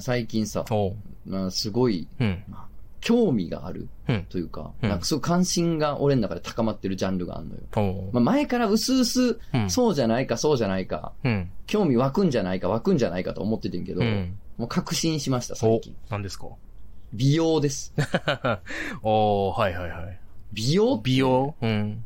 最近さ、おう。まあ、すごいうん。興味があるうんというか、うんなんかすごい関心が俺の中で高まってるジャンルがあるのよ。おう。まあ、前から薄々、うんそうじゃないか、そうじゃないか、うん。興味湧くんじゃないか、湧くんじゃないかと思っててんけど、うん。もう確信しました、お最う近。。何ですか美容です。おー、はいはいはい。美容美容うん。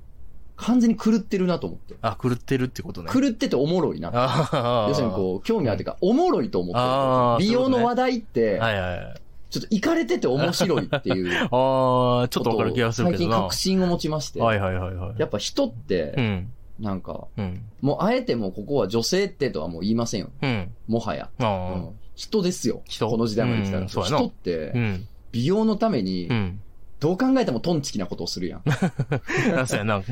完全に狂ってるなと思って。あ、狂ってるってことね。狂ってておもろいな。ああ。要するにこう、興味あるというか、おもろいと思あっーてる。美容そういうことのね話題って、はいはいはい。。ちょっと行かれてて面白いっていうああ、 ちちょっとわかる気がするけど最近な確。信を持ちまして。はいはいはいはい。やっぱ人っうて、ん。なんか、うん。もうあえてもうここは女性ってとはもう言いませんよ。うん。もはや。あうあん、人ですよ。人この時代まで来たうら。んそうやな人ってう、ん。美容のためにう、ん。どう考えてもトンチキなことをするや ん。あそうやな。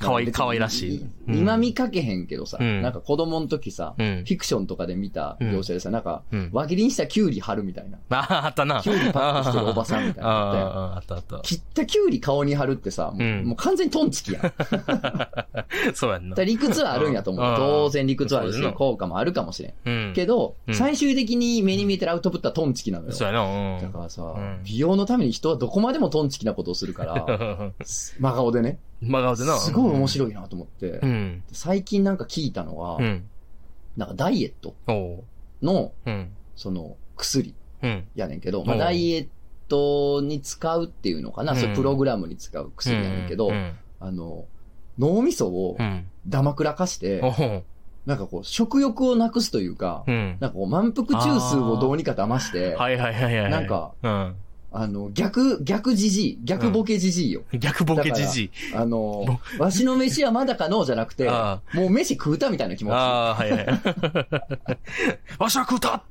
かわいい、かわいらしい。うん今見かけへんけどさ、うんなんか子供の時さ、フうん。ィクションとかで見た描写でさ、なんか、うん。輪切りにしたキュウリ貼るみたいな。ああ、あったな。キュウリパックしてるおばさんみたいなのあったやんああ、あったあっ切ったキュウリ顔に貼るってさ、もう,、うん完全にトンチキや ん。だかた。そうやんなら。理屈はあるんやと思うんう。当然理屈はあるそうやし、な効果もあるかもしれん。うん。けど、うん最終的に目に見えてるアウトプットはトンチキなのよ。そうだやな。うん。からさ、うん美容のために人はどこまでもトンチキなことをする から、真顔でね、真顔でな。すごい面い。白いなと思ってう、ん。最近なんか聞いたのは、うん。なんかダイエットおう。の、うん。その、薬うん。やねんけど、まあ、おうダイエットに使うっていうのかな、うんそういうプログラムに使う薬やねんけど、うん。あの、脳みそをうん。ダマくらかして、おう。なんかこう、食欲をなくすというか、うん。なんかこう、満腹中枢をどうにか騙して、はいはいはいはい。なん、か、うん。あの、逆、逆じじい、逆ボケじじいよ。逆ボケじじい。あの、わしの飯はまだかのうじゃなくて、もあう飯食うたみたいな気持ち。ああ、はいはい。 わしは食うた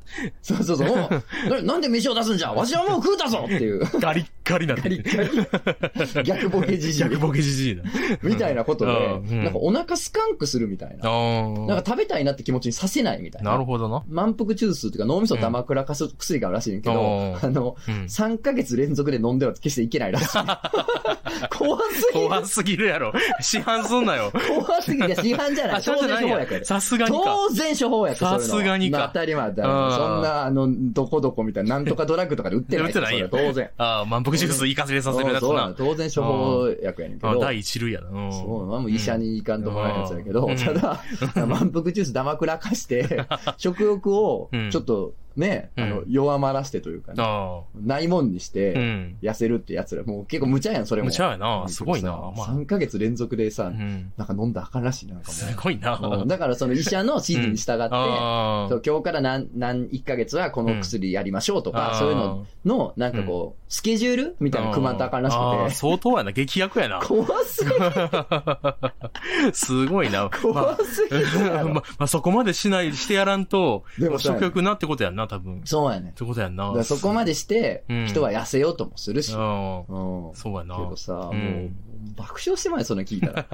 そう そうそうおう。ななんで飯を出すんじゃわしはもう食うたぞっていう、ガリッガリなってガリッガリ逆ボケじじい逆ボケじじいだ。みたいなことで、うんなんかお腹スカンクするみたいな。なんあか食べたいなって気持ちにさせないみたあ。いな。なるほどな。満腹中枢っていうか脳みそを黙らかす薬があるらしいねんけどお、ーあの、うん。 3ヶ月連続で飲んでは決していけないら しい。怖すぎる。怖すぎるやろ。市販すん なよ。怖すぎる。いや、市販じゃない。あ、市当販じ然ゃな処い方薬やや。で。さすがにか。当然処方薬そういうのはさすがにかまあ当たり前だよ。うんそんな、あの、どこどこみたいな、なんとかドラッグとかで売ってない。売ってないよそれは当然。ああ、満腹ジュース行かせさせるやつそうななの。当然処方薬やねんけあど。第一類やな。うんそうまあもう医者に行かんともらえるやつだけど、うんただ、 満腹ジュースだまくらかして、食欲をうんちょっとね、あのう弱まらしてというかね、あないもんにしあ。うて、ん。痩せるってやつら、もう結構無茶やん、それも。むちゃやな。すごいな。さまあ。 3ヶ月連続でさ、うん。なんか飲んだらあかんらしいな、なんかすごいな。もう。うんだからその医者の指示に従って、あそう今日から何、何、1ヶ月はこの薬やりましょうとか、あ。そういうのの、なんかこう、スケジュールみたいなの組まんとあかんらしああく相当やな。激薬やなて、。 怖す ぎ、すごいな。まあ 怖すぎるやまろ。まあ、 そこまでしない、してやらんと、でもさ食欲なってことやんな、多分。っそうやね。てことやんだなか。らそこまでしてう、ん人は痩せようともするし。ううん。ん。けそうやな。どさ、うもんう、爆笑してまいそんな聞いた ら。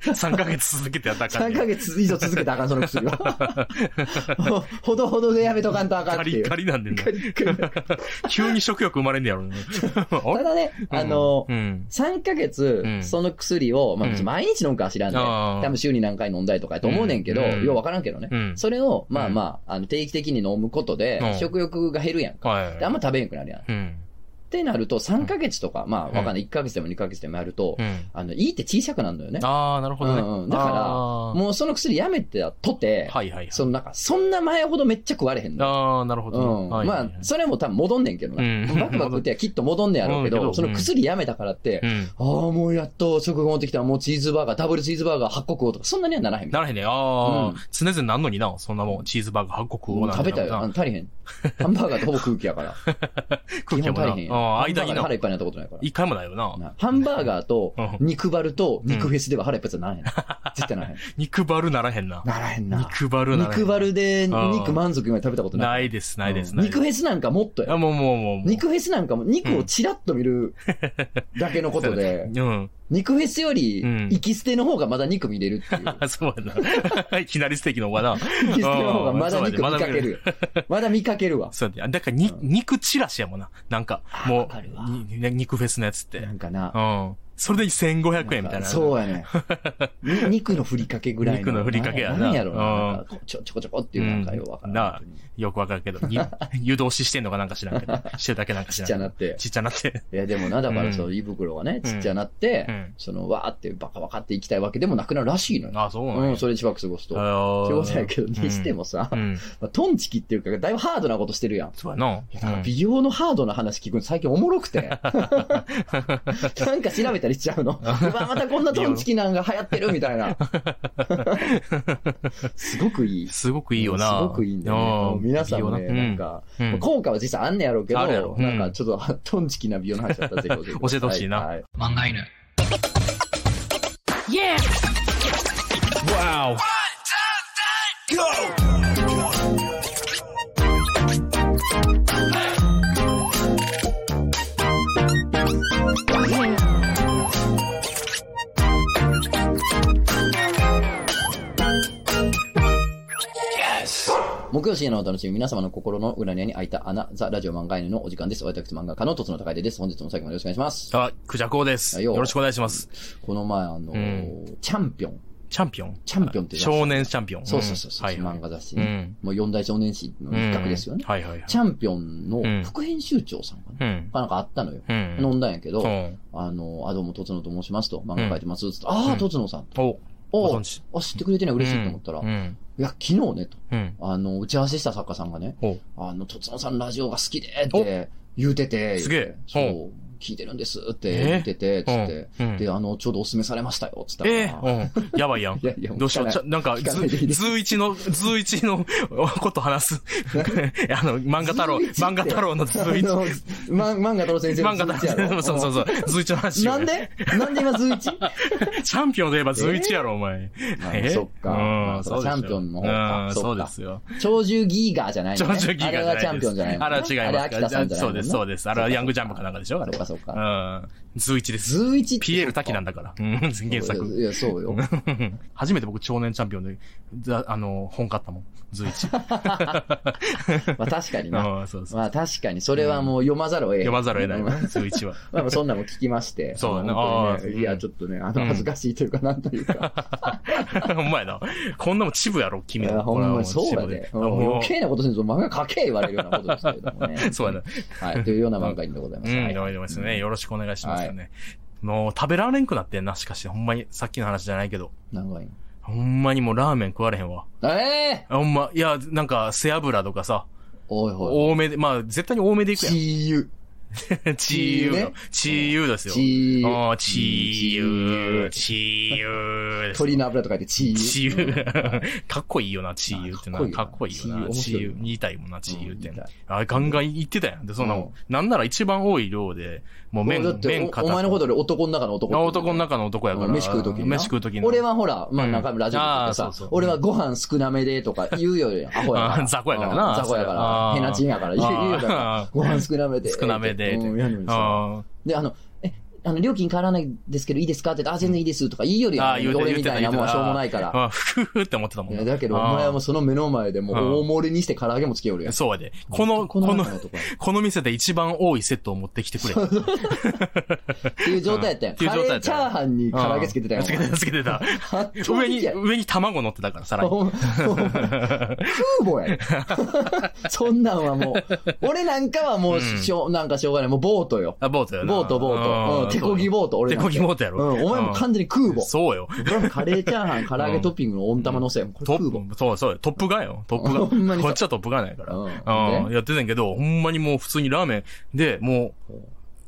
3ヶ月続けてやったから、 3ね。ヶ月以上続けたらあかん、その薬は。 ほほどほどでやめとかんとあかんカっていリう。ッカリなんでねカ。リカリ急に食欲生まれんねやろね。あたれだね、 あのう、ん。 3ヶ月う、んその薬を、まあうん別に毎日飲むかは知らんね。あー多分週に何回飲んだりとかやと思うねんけど、うんようわからんけどねう。ん。それを、まあまあ、あの定期的に飲むことうでん、食欲が減るやんか。はい。であんま食べんくなるやん。っうん。てなると、3ヶ月とか、まあわかんない。1ヶ月でも2ヶ月でもやるとう、ん。あの、いいって小さくなるのよね。ああ、なるほどね。うんうんだからあーもうその薬やめてとて、はいはいはい。そのなんか、そんな前ほどめっちゃ食われへんの。ああ、なるほうどん。ね。はいはいはいまあ、それも多分戻んねんけどな。うんバクバク食ってはきっと戻んねんやろうけ 戻ど、んそけどの薬やめたからって、うん。ああ、もうやっと食後持ってきたらもうチーズバーガー、ダブルチーズバーガー8個食おうとか、そんなにはならへんみたいならへんね。ああ、うん常々なんのにな、そんなもん。チーズバーガー、八な。国もをうな。食べたよ。あなの足り へん。ハンバーガーってほぼ空気やから。空気基も本な。足りへんやん。ああ、間ハにンバーガーでな腹。いっぱいになったことないから。一回もないよな。なハンバーガーとうん肉バルと肉フェスでは腹いっぱいじゃならへん。絶対ならへん。肉バルならへんな。ならへんな。 肉バルならへん。肉バルでうん肉満足今食べたことない。ないです、ないです。うんないです肉フェスなんかもっとやあ、。もうもうもうもう。肉フェスなんかも、肉をチラッと見る だけのことで、うん。 肉フェスよりう、ん生き捨ての方がまだ肉見れるっていう。 あ、そうやな。 いきなりステーキの方がな。生き捨ての方がまだ肉見うんかけるよ。まだ見かけるわ。そうやであだから、に、うん肉チラシやもんな。なんか、もわかるわう、にに肉フェスのやつって。う。なんんかな、あそれで1500円みたいな。そうやね。に肉のふりかけぐらいの。肉のふりかけやななんやろな。うんなんかこちょ、ちょこちょこっていうなんかようわからうんなあ本当によくわかる けど、ゆ湯通ししてんのかなんか知らんけど、してるだけなんかち知らっんちけゃど。なって。ちっちゃなって。いや、でもな、だからそうう、胃袋がね、ちっちゃなって、うん。その、わーってバカバカって行きたいわけでもなくなるらしいのよ。あ、そうなんうやん、それでしばらく過ごすと。っあてことやけど、うんにしてもさう、ん。まあトンチキっていうか、だいぶハードなことしてるやん。そうやな。だから美容のハードな話聞くの最近おもろ くて。なんか調べたりしちゃうの。うわ、またこんなトンチキなんが流行ってるみたい な。すごくいい。すごくいいよな。すごくいいんだよね。皆さんもね、なんか、うん、うん効果は実際あんねやろうけど、あるやろうんなんかちょっとトンチキな美容の話だったらぜひ教えてくださ 教えてほしいなはい漫画犬。 Wow. 木曜深夜のお楽しみ、皆様の心の裏に開いた穴、ザ・ラジオ漫画犬のお時間です。私、漫画家のとつの高いです。本日も最後までよろしくお願いします。あ、クジャコウです。はいよよろしくお願いします。この前、あのー、チャンピオン。チャンピオンチャンピオンって雑誌少年チャンピオン。そうそうそうそう、はいはい漫画雑誌うね、ん。もう四大少年誌の一角ですよね。うんはいはいはい。チャンピオンのうん副編集長さんがね、うん。なんかあったのよ。うん。飲んだんやけど、うんあの、あ、どうも、とつのと申しますと、漫画書いてます、つって、あうあ、んとつのさんと。お、おごう存知。あ、知ってくれてね、嬉しいと思ったら、ういん。や、昨日ね、と。うん。あの、打ち合わせした作家さんがね、お、あの、とつのさんラジオが好きで、って言うてて、すげえそおう、聞いてるんですって言ってて、つって、うん。で、あの、ちょうどお勧めされましたよ、つったら。ええうん。やばいやんい。やいや、どうしよう。聞ちかゃなんか、聞かないでいい図、です図一の、図一の こ と話す。あの、漫画太郎、図一って漫画太郎の図ない一。あのま、漫画太郎先生の漫画通知太や郎、ろ そうそうそう、図一の話よなんでなんで今ズイチチャンピオンで言えば図一やろ、お前。えそっかまうん、あそうですよチャンピオンの方かうん、そっかそうですよ。鳥獣ギーガーじゃないジの、ョね。ジョギガじゃあれないはですチャンピオンじゃないもん、あれは違いますあれは秋田さんじゃないそもうんねです、そうです。あれはヤングジャンプかなんかでしょあそれうはか。そうか。うん。図一です。ズイチってピエール滝なんだから。うん、原作。いや、そうよ。 初めて僕、少年チャンピオンで、ざあの、本買ったもん。図一。 まあ確かにな。ああ、そうそう。まあ確かに、それはもう読まざるを得読まざるを得な いうんまわ、図一は。あまあそんなのも聞きまして。そうだねまあ本当にああいや、ちょっとね、あうの、ん恥ずかしいというか、なんという か。ほんまやな。こんなもんチブやろ、君いやの。ほんまにそうこれやはもで。チうんブもう。余計なことせんと漫画描け言われるようなことですけれどもね そうやな。はい。というような漫画犬でございまうす。はん、いでもでもですね。よろしくお願いしますよね。もう食べられんくなってんな、しかし。ほんまに、さっきの話じゃないけど。漫画犬。ほんまにもうラーメン食われへんわ。ええほんま、いや、なんか、背脂とかさ、おいおい。多めで、まあ、絶対に多めでいくチやん。ーユ。 チーユーねよ。チーユーですよ。チーユ。あーチーユー、チチーユーです。鳥の油と書いてチーユ。チーユー。 かっこいいよな、チーユーってな。かかっっここいいいいよよな、なチーユー。言いたいもんな、チーユーってうん。あガンガン言ってたやん。で、そんなもんうんなんなら一番多い量で、もう麺、だって麺お、片お手前のことより男の中の男ってあこと男の中の男やから。うん飯食う時にな飯食う時に。俺、はほら、まあうん中身ラジオとあーかそさうそう、俺はご飯少なめでとか言うより、アホやか あーら。雑魚やからなうん雑魚やかあら。ーヘナチンやから。言う言うより あーご飯少なめで。少なめでうん、やのにさ。あで、あの、え、あの、料金変わらないですけどいいですかって言って、あ、全然いいですとか言いよりあー、言うて俺言うみてたいなもんはしょうもないから。あ、ふふふって思ってたもいんやな。だけど、おあー前はもうその目の前でもあーう大盛りにして唐揚げもつけよるやん。そうやで。この、ここのの中、のとこやこの店で一番多いセットを持ってきてくれ。っていう状態やったやん。うんっていうカ状態レやっーたチやんャーハンに唐揚げつけてたやん。つけてた、つけ てた。た上に、上に卵乗ってたから、さらに。ほんほん空母やでそん なんはもう、俺なんかはもうしょ、なんかしょうがない。もうボートよ。あ、ボートやな。ボート、ボート。うん、手こぎーボート、俺手なんこてぎボートやろ。うん、お前も完全に空母。そうよ。これもカレーチャーハン、唐揚げトッピングの温玉乗せよ。これト空母。ップ、そうそうよ、トップガンよ。トップほんまガにン。そこうっちはトップガンやから。うんうん、ねやってたんやけど、ほんまにもう普通にラーメンで、もううん、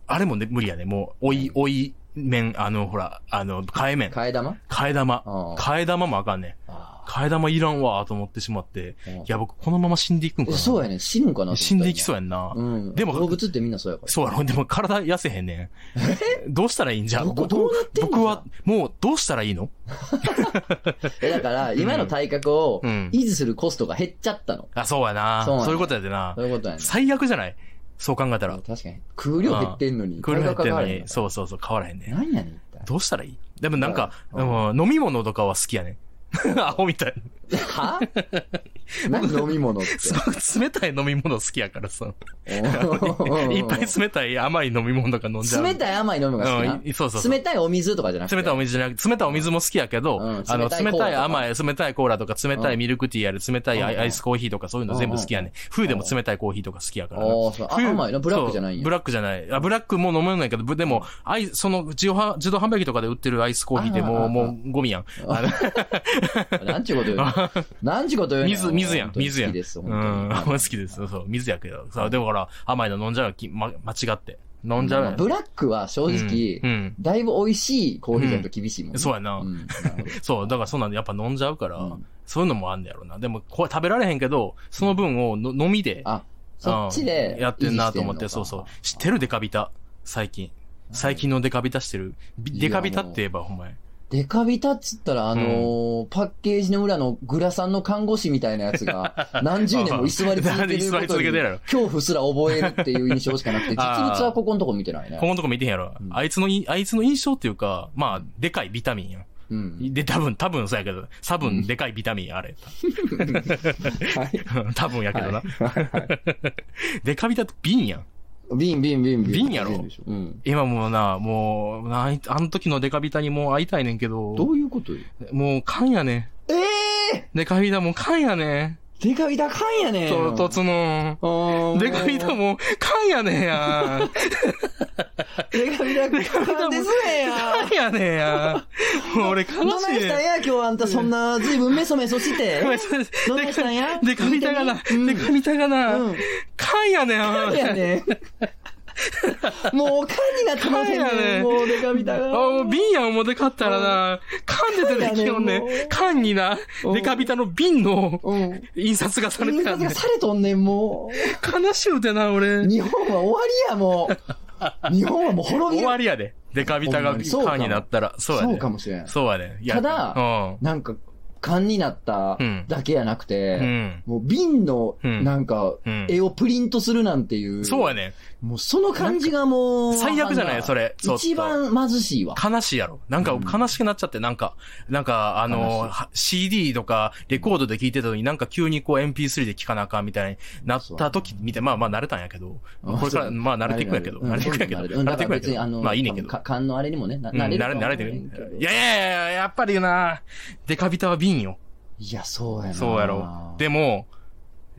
あれもね、無理やね。もう、おい、おい麺、あの、ほら、あの、替え麺。替え玉替え玉。うん替え玉もあかんね。あ替え玉いらんわ、と思ってしまって。ーうんいや、僕、このまま死んでいくんかえな。そうやね。死ぬんかな死んでいきそううやんな。うん。ででもも。動物ってみんなそうやから。そうやろでも体痩せへんねん。どうしたらいいんじゃどこ僕どうなってんの僕は、もう、どうしたらいいのえ、だから、今の体格をうん維持するコストが減っちゃったの。あ、そうやな。そうやそうねいうことやでなそ。ういうことやね。最悪じゃないそう考えたら確。かに。空量減ってんのに。車減って体格んの変わらへんに、らそうそうそう、変わらへんねん。何やねん、一体。どうしたらいいでもなんか、ううん飲み物とかは好きやねん。アホみたい。 は何飲み物って。すごく冷たい飲み物好きやからさ。おーいっぱい冷たい甘い飲み物とか飲んじゃう。冷たい甘い飲み物が好きなうん、いそうそうそう。冷たいお水とかじゃなくて。冷たいお水じゃなくて、冷たいお水も好きやけど、うんうんあ冷の、たいコーラと冷かたい甘い、冷たいコーラとか、冷たいミルクティーやる、冷たいアイうんうんアイスコーヒーとか、そういうの全部好きやね、ん。冬でも冷たいコーヒーとか好きやからな。おーそうあ冬甘いなブラックじゃないんやそうブラックじゃない。あ、ブラックも飲めないけど、ぶでも、アイその自動販、自動販売機とかで売ってるアイスコーヒーってああもあう、もうゴミやん。あのなんちゅうこと言うの なんちゅうこと言うの水、水やん本、当に水やん。好きです、う本ん、 当に好きです。そう、水やけど。さあ、でもほら、甘いの飲んじゃうき、ま、間違って。飲んじゃうやん。ブラックは正直、うんうんだいぶ美味しいコーヒーじゃんと厳しいもんね。そうやな。うん。なるほどそう、だからそんなんでやっぱ飲んじゃうから、うんそういうのもあんねやろな。でも、これ食べられへんけど、その分をの飲みで、あ、そっちうでんやってんなと思って、維持そのうかそう。知ってるデカビタ、最近。最近のデカビタしてる。びいやデカビタって言えば、お前。デカビタっつったら、あのーパッケージの裏のグラさんの看護師みたいなやつが、何十年も居座り続けて居る座りこと続けにてるやろ恐怖すら覚えるっていう印象しかなくて、実物あーはここのとこ見てないねこ。このとこ見てへんやろ。うんあいつのい、あいつの印象っていうか、まあ、でかいビタミンやん。うん。で、多分、多分そうやけど、多分、でかいビタミンや、あれ。はい。 多分やけどはな。いはいデカビタって瓶やん。ビンビンビンビン。瓶やろでしょうん。今もうな、もう、ないあの時のデカビタにもう会いたいねんけど、どういうことよもう缶やねええん。デカビタもう缶やねー、デカビタかんやん。ねん。唐突の。あーデカビタもう缶やねんやん。デカビタかんですねんや。缶やねんやん。もう俺悲しどないいしたんねん。や今日あんたそんな、ずいぶんメソメソして。どないデしたんや カデカビタがな、うんデカビタがう、なん缶やねんやん。やねもう、缶になってません缶やね。ねもう、デカビタあ、が。もう瓶やん思って買ったらな、缶で出てきよん缶やねんね。もうん缶にな、うんデカビタの瓶のうん。印刷がされ印てたん刷ねんが。されとんねん、も悲しゅうてな、う。俺。日本は終わりや、も う。日本はもう滅び終るわ。りやで。デカビタがそうかも缶になったら。そうやそで。うかもしれん。そうやね。いやただうん。なんか、缶になったうんだけやなくうて、ん。もう瓶の、うんなんかうん、絵をプリントするなんていう。そうや。ね。もう、その感じがもう。最悪じゃないそれちょっと一番貧しいわ。悲しいやろ。なんかうん悲しくなっちゃって、なんか、なんか、あの悲しいー、は CD とかレコードで聴いてたのになんか急にこう MP3 で聴かなあかんみたいになった時見て、まあまあ慣れたんやけど、あこれから、そうまあ慣れていくんやけど、うん慣れていくんやけど、うん慣れていくんだかやけら別にあど、のまあいいねんけど。か勘のあれにもね、なうん慣れるとは思慣うねれてるんけど。。いやいやいや、やっぱりな、デカビタは瓶よ。いや、そうやな。そうやろ。でも、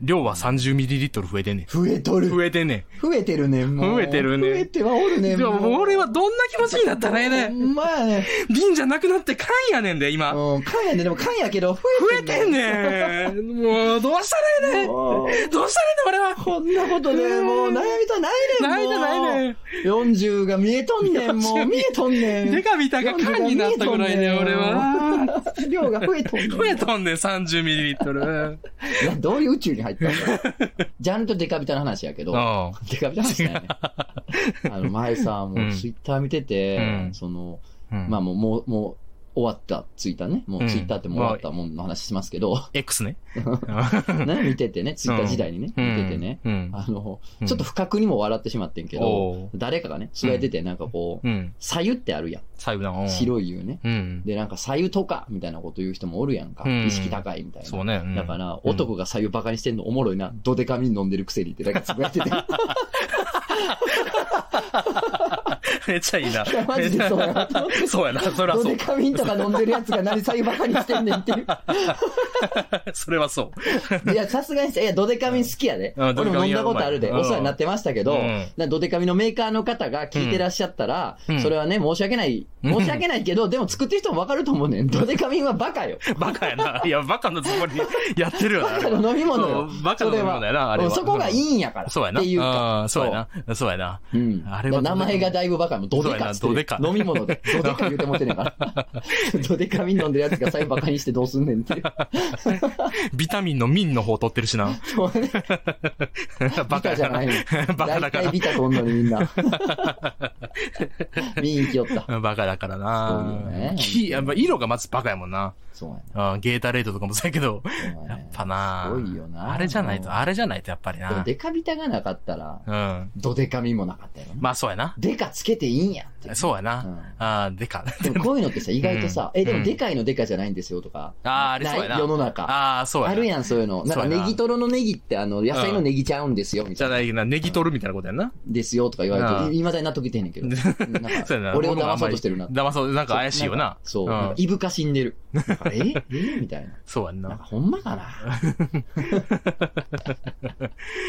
量は 30ml 増えてんねん。増えとる。増えてんねん。増えてるねん、もう。増えてるね増えてはおるねん。でも俺はどんな気持ちになったらええねほん。んまやね。瓶じゃなくなって缶やねんで、今。増うん、缶やねん。でも缶やけど、増えてんねん。もう、どうしたらええねん。もうどうしたらええねん、俺は。こんなことで、もう悩みとないないねん。じゃないねん。もう。40が見えとんねん、もう。 40見えとんねん。デカビタが缶になったぐらいね、俺は。量が増えとんねん。増えとんねん、30ml。などういう宇宙に入ったんだ ろうジャンルとデカビタの話やけど。うん。デカビタの話だよね。 あの、前さ、もううんツイッター見てて、うんその、うんまあもう、もう、もう、終わった、ツイッターね。もううんツイッターってもう終わったもんの話しますけど、X ね。ね、見ててね、ツイッター時代にね、見ててね、うん。あの、うんちょっと不覚にも笑ってしまってんけど、おー誰かがね、座っててなんかこう、うん。左右ってあるやん。最後だもん。白い湯ね。うん。で、なんか左右とか、みたいなこと言う人もおるやんか。うん意識高いみたいな。そうね。うんだから、うん男が左右バカにしてんのおもろいな。どでかみ飲んでるくせにって、なんかつぶやいてて。めっちゃいいな。 マジでそうやなと思って。 そうやな、それはどそでう。かみんとか飲んでるやつが何左右バカにしてんねん っていう。それはそう。いや、さすがにさ、いや、ドデカミン好きやで。うんうん俺も飲んだこドデカミンはうまいとあるで。うんお世話になってましたけど、うんなドデカミンのメーカーの方が聞いてらっしゃったら、うんそれはね、申し訳ない。うん申し訳ないけど、でも作ってる人もわかると思うねん。ドデカミンはバ カよ。バカやな。いや、バカのつもりでやってるよな。バカの飲み物よそう。バカの飲み物やな、あれは。そこがいいんやから。そうやな。っていうかあー。そうやな。そうやな。そう。うん。あれだはから名前がだいぶバカもドデそうやカなっつってドるデカ飲み物 で。ドデカ言うてもってんねんから。ドデカミン飲んでるやつが最後バカにしてどうすんねんっていう。ビタミンのミンの方取ってる しな。そうねビバカタやじゃないの。 バカ大だか体ビタとんのにみんな。 見に行きよった。ら。バカだからそうよねな。きやっぱ色がまずバカやもんな。そうやねあーゲータレードとかもそうやけど。そうややっね。ぱな。すごいよなあれじゃないと、あれじゃないとやっぱりでもな。デカビタがなかったら、うん。ドデカミもなかったよね。まあそうやな。デカつけけていいんやっていう。そうやな。うんああ、でか。でもこういうのってさ、意外とさ、うんえ、でうんもでかいのでかじゃないんですよとか。 ああ、あれそうやなな。い世の中。ああ、そうやな。あるやん、そういうの。なんそうかやなネギトロのネギって、あの、野菜のネギちゃうんですよ、みじたゃいな。ないな、ネギ取るみたいなことやんな。ですよとか言われああて、いまだに納得いってへんねん けど。うんなんかそうやな。俺を騙そうとしてるな。騙そう、なんか怪しいよな。そうう。なんかん。いぶかしんでる。なんかえ えみたいな。そうやんなんなか。ほんまかな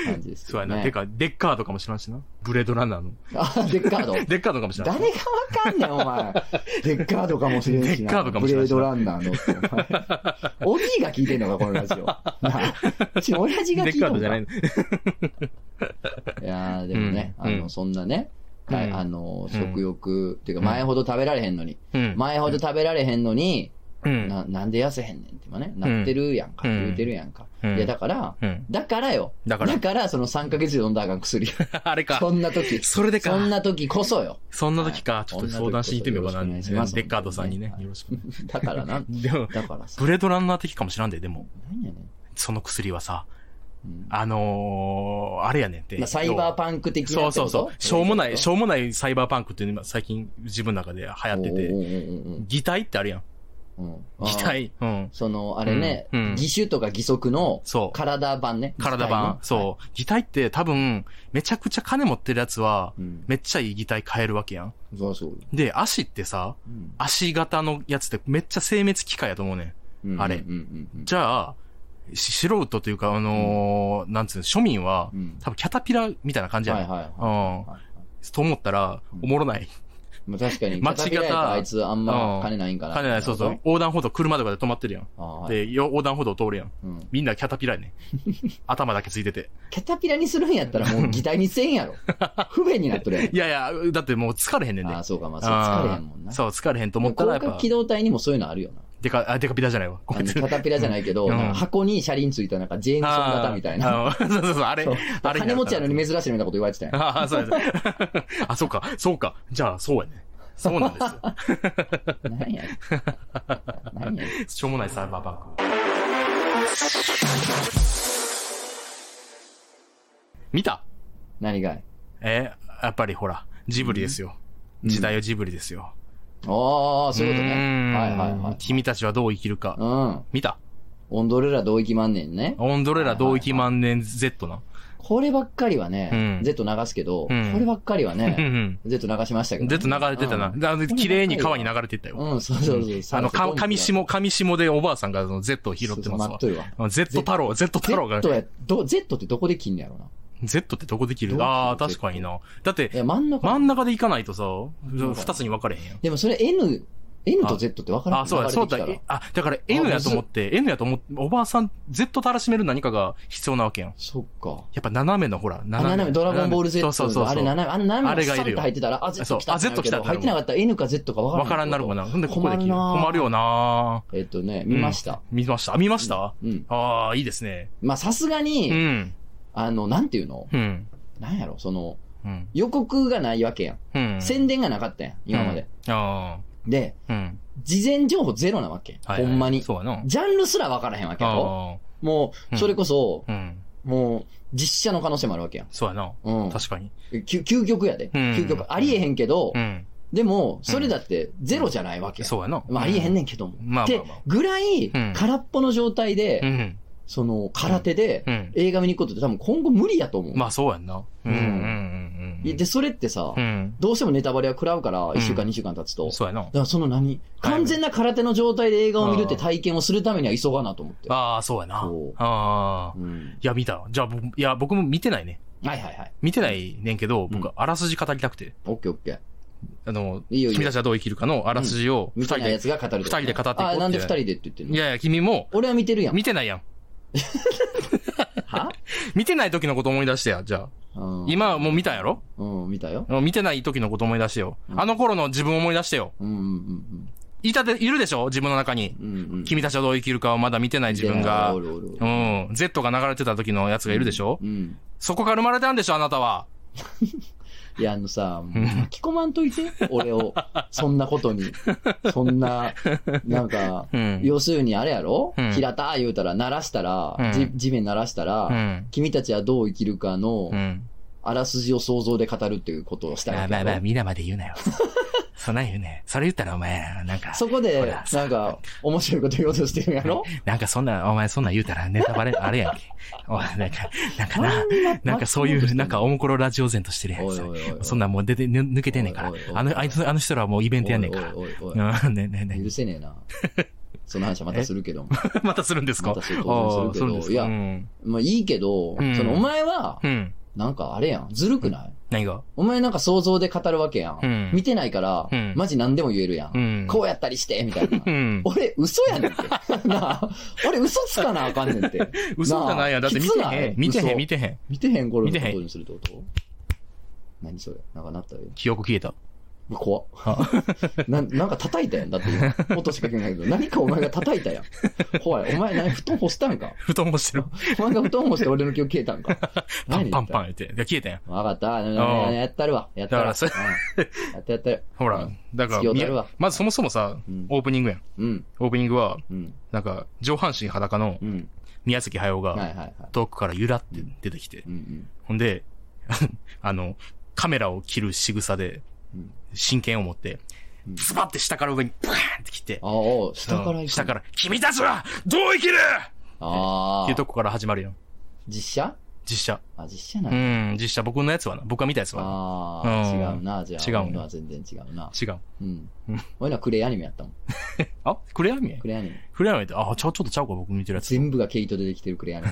感じですけそうどね。やな。てか、デッカードかもしらんしな。ブレードランナー の。あ、デッカード。デッカードかもしらん誰。がわかんねん、お前。デッカードかもしれんしデッな。カードかもしれんしなブレードランナーのってお前。おじいが聞いてんのか、このラジオ。なあ。ち、親父デが聞いッてんカのかードじゃないの。いやーでもね、うんあうの、んそんなね、はうい、んあの、うん食欲、っていううんか前ほど食べられへんのに、うん。前ほど食べられへんのに、うん。な、なんで痩せへんねんって今ね、なってるやんか、うん言うてるやんか。うんいや、だから、うん。だからよ。だからだから、その3ヶ月で飲んだらあかん薬。 あれか。そんな時。それでかそんな時こそよ。そんな時か、ちょっと相談しに行ってみようかな。はいデよろしくお願いしますッカードさんにねは。いよろしく。だから な。でも、だからさ。ブレードランナー的かもしらんで、でも、何やねんその薬はさ、うん。あのー、あれやねんって。まあ、サイバーパンク的なそうそうそう。しょうもない、しょょうもないサイバーパンクっていうのが最近自分の中で流行ってて。擬態ってあるやん。擬態。うん。その、あれね、うんうん義手とか義足のそう体版ね。体版。はいそう。擬態って多分、めちゃくちゃ金持ってるやつは、うん。めっちゃいい擬態買えるわけやん。そうそう。で、足ってさ、うん足型のやつってめっちゃ精密機械やと思うねん。うんあれうんうんうんじゃあ、し素人というか、あのーなんつうの、庶民はう、ん。多分キャタピラみたいな感じやはいねん。はいはいうん。はい。と思ったら、うんおもろない。まあ確かに、 間違った片手やからあいつあんま金ないんかな。金ない、そうそう。。横断歩道、車とかで止まってるやん。あはいで、よ横断歩道通るやん。うんみんなキャタピラ やねん。頭だけついてて。キャタピラにするんやったらもう擬態にせん やろ。不便になっとるやいやいや、だってもう疲れへんねんで。ん。ああ、そうか、まあそう、疲れへんもんな。そう、疲れへんと思ったら、やっ広角ぱ機、動隊にもそういうのあるよな。でか、あ、でかピラじゃないわ。ごあめんのキャタピラじゃないけど、うんなんか箱に車輪ついたなんかジェーンソン型みたいな。あーあのそうそうそう、あれそう、あれ。金持ちやのに珍しいみたいなこと言われてたやん。ああ、そうやね。 あ、そうか、そうか。じゃあ、そうやね。そうなんですよ。何や。何や。しょうもないサイバーバンク。見た何がいえーやっぱりほら、ジブリですよ。うん時代はジブリですよ。ああ、そういうことーね。んはいはいはい。君たちはどう生きるか。うん。見たオンドレラ同域万年ね。オンドレラ同域万年 Z な。こればっかりはね、うん Z 流すけど、うんこればっかりはうんう ね、ん。 Z 流しましたけど、 Z 流れてたな。うんあの綺麗に川に流れてったよ。うん、そうそうそう。あの、か、上を下、上下でおばあさんがその Z を拾ってますわ待っ。とるわ。あ Z 太郎、Z 太郎が Z。や、ど、Z ってどこで切んねやろな。 Z ってどこできどう切るるああ、 Z 確かにな。だってい、や、真ん中。真ん中で行かないとさ、ん二つに分かれへんやん。でもそれ N、N と Z って分からあんあ、そうだ、そうだ分かれてき。あ、だから N やと思って、N やと思って、おばあさん、Z たらしめる何かが必要なわけやん。やそっか。っぱ斜めのほら、あ、斜め、ドラゴンボール Z そうそうそう。あれ斜め、あの斜めあれがいるサッよと入ってたら、あ、そう Z 来たってなるけど。あ Z 来たってなる入ってなかったら N か Z か分からん。分からんなるかな。ほんで、ここで切困るる。な困るよなえっとね、見ました。見ました。見ましたうん。ああ、いいですね。まあ、さすがうに、ん。あの、なんていうのうん。なんやろ、その、うん。予告がないわけやうんん。。宣伝がなかったやん、今まで。うん。あで、あ。うん。事前情報ゼロなわけ。はいはいほんまに。そうやな。ジャンルすら分からへんわけやろ。あもうう、んそれこそ、あ。うん。もう、実写の可能性もあるわけやん。そうやな。うん。確かに。究究極やで。うん究極。ありえへんけどう、ん。でも、それだってゼロじゃないわけやん。そうやな。まあ、ありえへんねんけども。まあまあまっあてぐらいうん、空っぽの状態で、うん。その、空手でう、ん。映画見に行くことって多分今後無理やと思う。まあそうやんな。うん。うんうんうんうん。で、それってさ、うん。どうしてもネタバレは食らうから、ん1週間、2週間経つと。だそうやな。からその何完全な空手の状態で映画を見るって体験をするためには急がなと思って。ああ、そうやなそう。ああ。うん。いや、見た。じゃあ、僕、いや、僕も見てないね。はいはいはい。見てないねんけど、僕う、あらすじ語りたくて。オッケーオッケー。あの、いいよいいよ君たちはどう生きるかのあらすじを、二見人てないでや。つが語ると。二人で語っていこうってあ、なんで二人でって言ってるいのやいや、君も、俺は見てるやん見。てないやん。 は見てない時のこと思い出してや、じゃあ。うん今、もう見たやろうん、見たよ。うん見てない時のこと思い出してよ。うんあの頃の自分を思い出してよ。うんうんいたで、いるでしょ自分の中に。うんうん。うんうん、君たちはどう生きるかをまだ見てない自分がお。るおるおるうん。Z が流れてた時のやつがいるでしょ、うん。そこから生まれたんでしょあなたは。いや、あのさ、もう巻き込まんといて、俺 を。そんなことに。そんな、なんか、うん。要するにあれやろ、うん平た言うたら、鳴らしたら、うんじ地面鳴らしたら、うん。君たちはどう生きるかの、うん。あらすじを想像で語るっていうことをしたいまあわけまやあろまあ、皆まで言う なよ。そんなん言うね。それ言ったらお前、なんか、そこほでら、さなんか、面白いこと言おうとしてるんやろなんかそんな、お前そんなん言うたらネタバレ、あれやんけ。お前、なんか、なんかな、なんかそういう、なんか、おもころラジオ前としてるやんおいそれおいおいおいそんなんもう出て、ぬ抜けてんねんからおいおいおい。あの、あいつ、あの人らはもうイベントやんねんから。おいおいおいおうん、ねねいね。許せねえ な。その話はまたするけども。またするんですかまたする当然するけどああいやうん。まあいいけど、うんそのお前はう、ん。なんかあれやん。ずるくない何がお前なんか想像で語るわけや。うんん。見てないからうん、マジ何でも言えるや。うんん。こうやったりして、みたいなう。ん。俺、嘘やねんって。なあ俺、嘘つかなあかんねんって。嘘じゃないやん。だって見てなあへきつん。ない見てへ嘘ん、見てへ見ん。てへん頃の見こてとへんにするってこと何それなんかなったよ。記憶消 えた。怖っ ななんか叩いたやん。だって今、音しか聞こえないけど、何かお前が叩いたやん。怖い。お前何布団干したんか布団干してる。お前が布団干して俺の気を消えたんか パンパンパンン。言って。いや消えたやん。わかった。んやったるわ。やったるわ。だからうんやってやってる。ほら、だか月ら、をみ取るわまずそもそもさうん、オープニングやん。うん。オープニングは、うん。なんか、上半身裸のうん。宮崎駿はいはが、いはい。遠くからゆらって出てきて、うんうん。ほんで、 あの、カメラを切る仕草でうん、真剣を持ってうん、ズバって下から上に、ブーンって来て、ああ、おう下から行うんく。下から、君たちはどう生きるあっあ。ていうとこから始まるやん。実写実写。あ、実写なうんやん、実写。僕のやつはな。僕が見たやつはあうあ、ん違うな、じゃあ。違うね俺のは全然違うな。な。違う。うんうん。俺のはクレイアニメやったもん。あクレアミクレイアニメ。クレアミって、あ、ちょ、ちょっとちゃうか、僕見てるやつ。全部が毛糸でできてるクレイアニ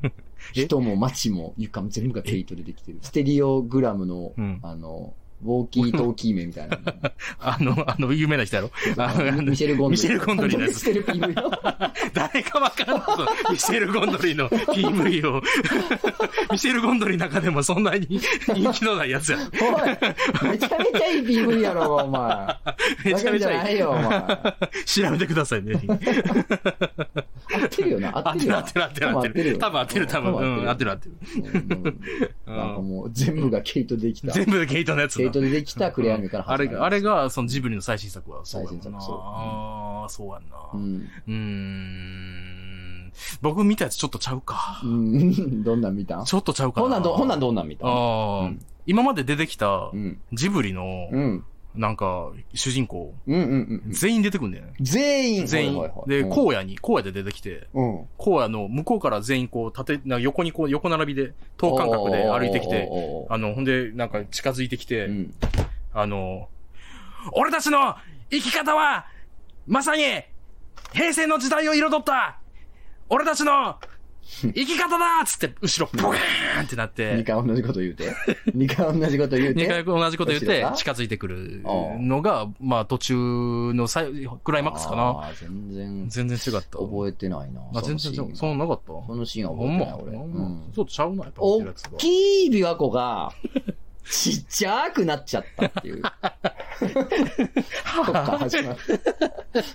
メ。 人も街も床も全部が毛糸でできてる。ステレオグラムのうん、あの、ウォーキートーキー名みたいな。あの、あの、有名な人やろあのあのミシェル・ゴンドリー。 ミシェル・ゴンドリーのやスつ。テル PV の。誰かわからんぞ。ミシェル・ゴンドリーの PV を。ミシェル・ゴンドリーの中でもそんなに人気のないやつや。おい、めちゃめちゃいい PV やろ、お前。めちゃめちバカじゃゃないいい。よ、お前。調べてくださいね。合ってるよ な、合合っっててるよるな。合ってる合ってる合ってる。多分合ってる、多分。うん、合ってる合ってる。うんうんなんかもう全部が毛糸でできた。全部ケイトのやつ毛だ糸。でできたクレアニメからあれ始まが、あれが、そのジブリの最新作は、そうや最新な。作そうああ、そうやんな。う。うんーん。僕見たやつちょっとちゃうかう。ん。どんなん見たんちょっとちゃうかな。ほんなんど、ほんなんどんなん見たんああ、うん今まで出てきたうん。ジブリのう、ん。なんか、主人公、うんうんうん。全員出てくんだよね。全員全員はいはいは。いで、うん荒野に、荒野で出てきて、うん。荒野の向こうから全員こう、縦、なんか横にこう、横並びで、等間隔で歩いてきて、おーおーおーおーあの、ほんで、なんか近づいてきて、うん。あの、俺たちの生き方は、まさに、平成の時代を彩った、俺た ちの生き方だっつって、後ろ、ブワーンってなって、二回同じこと言う て。二回同じこと言う二回て。同じこと言っ後てろが、近づいてくるのが、まあ途中の最クライマックスかな。あー全然全然違った。覚えてないな。あ全その然違シーンう。そんななかった。そのシーンはほ覚んえてない、ま。ほ俺。んうまん。ちょっとちゃうな、やっぱ大見てるやつがきい琵琶湖が、ちっちゃくなっちゃったって いう。そっか、始まって。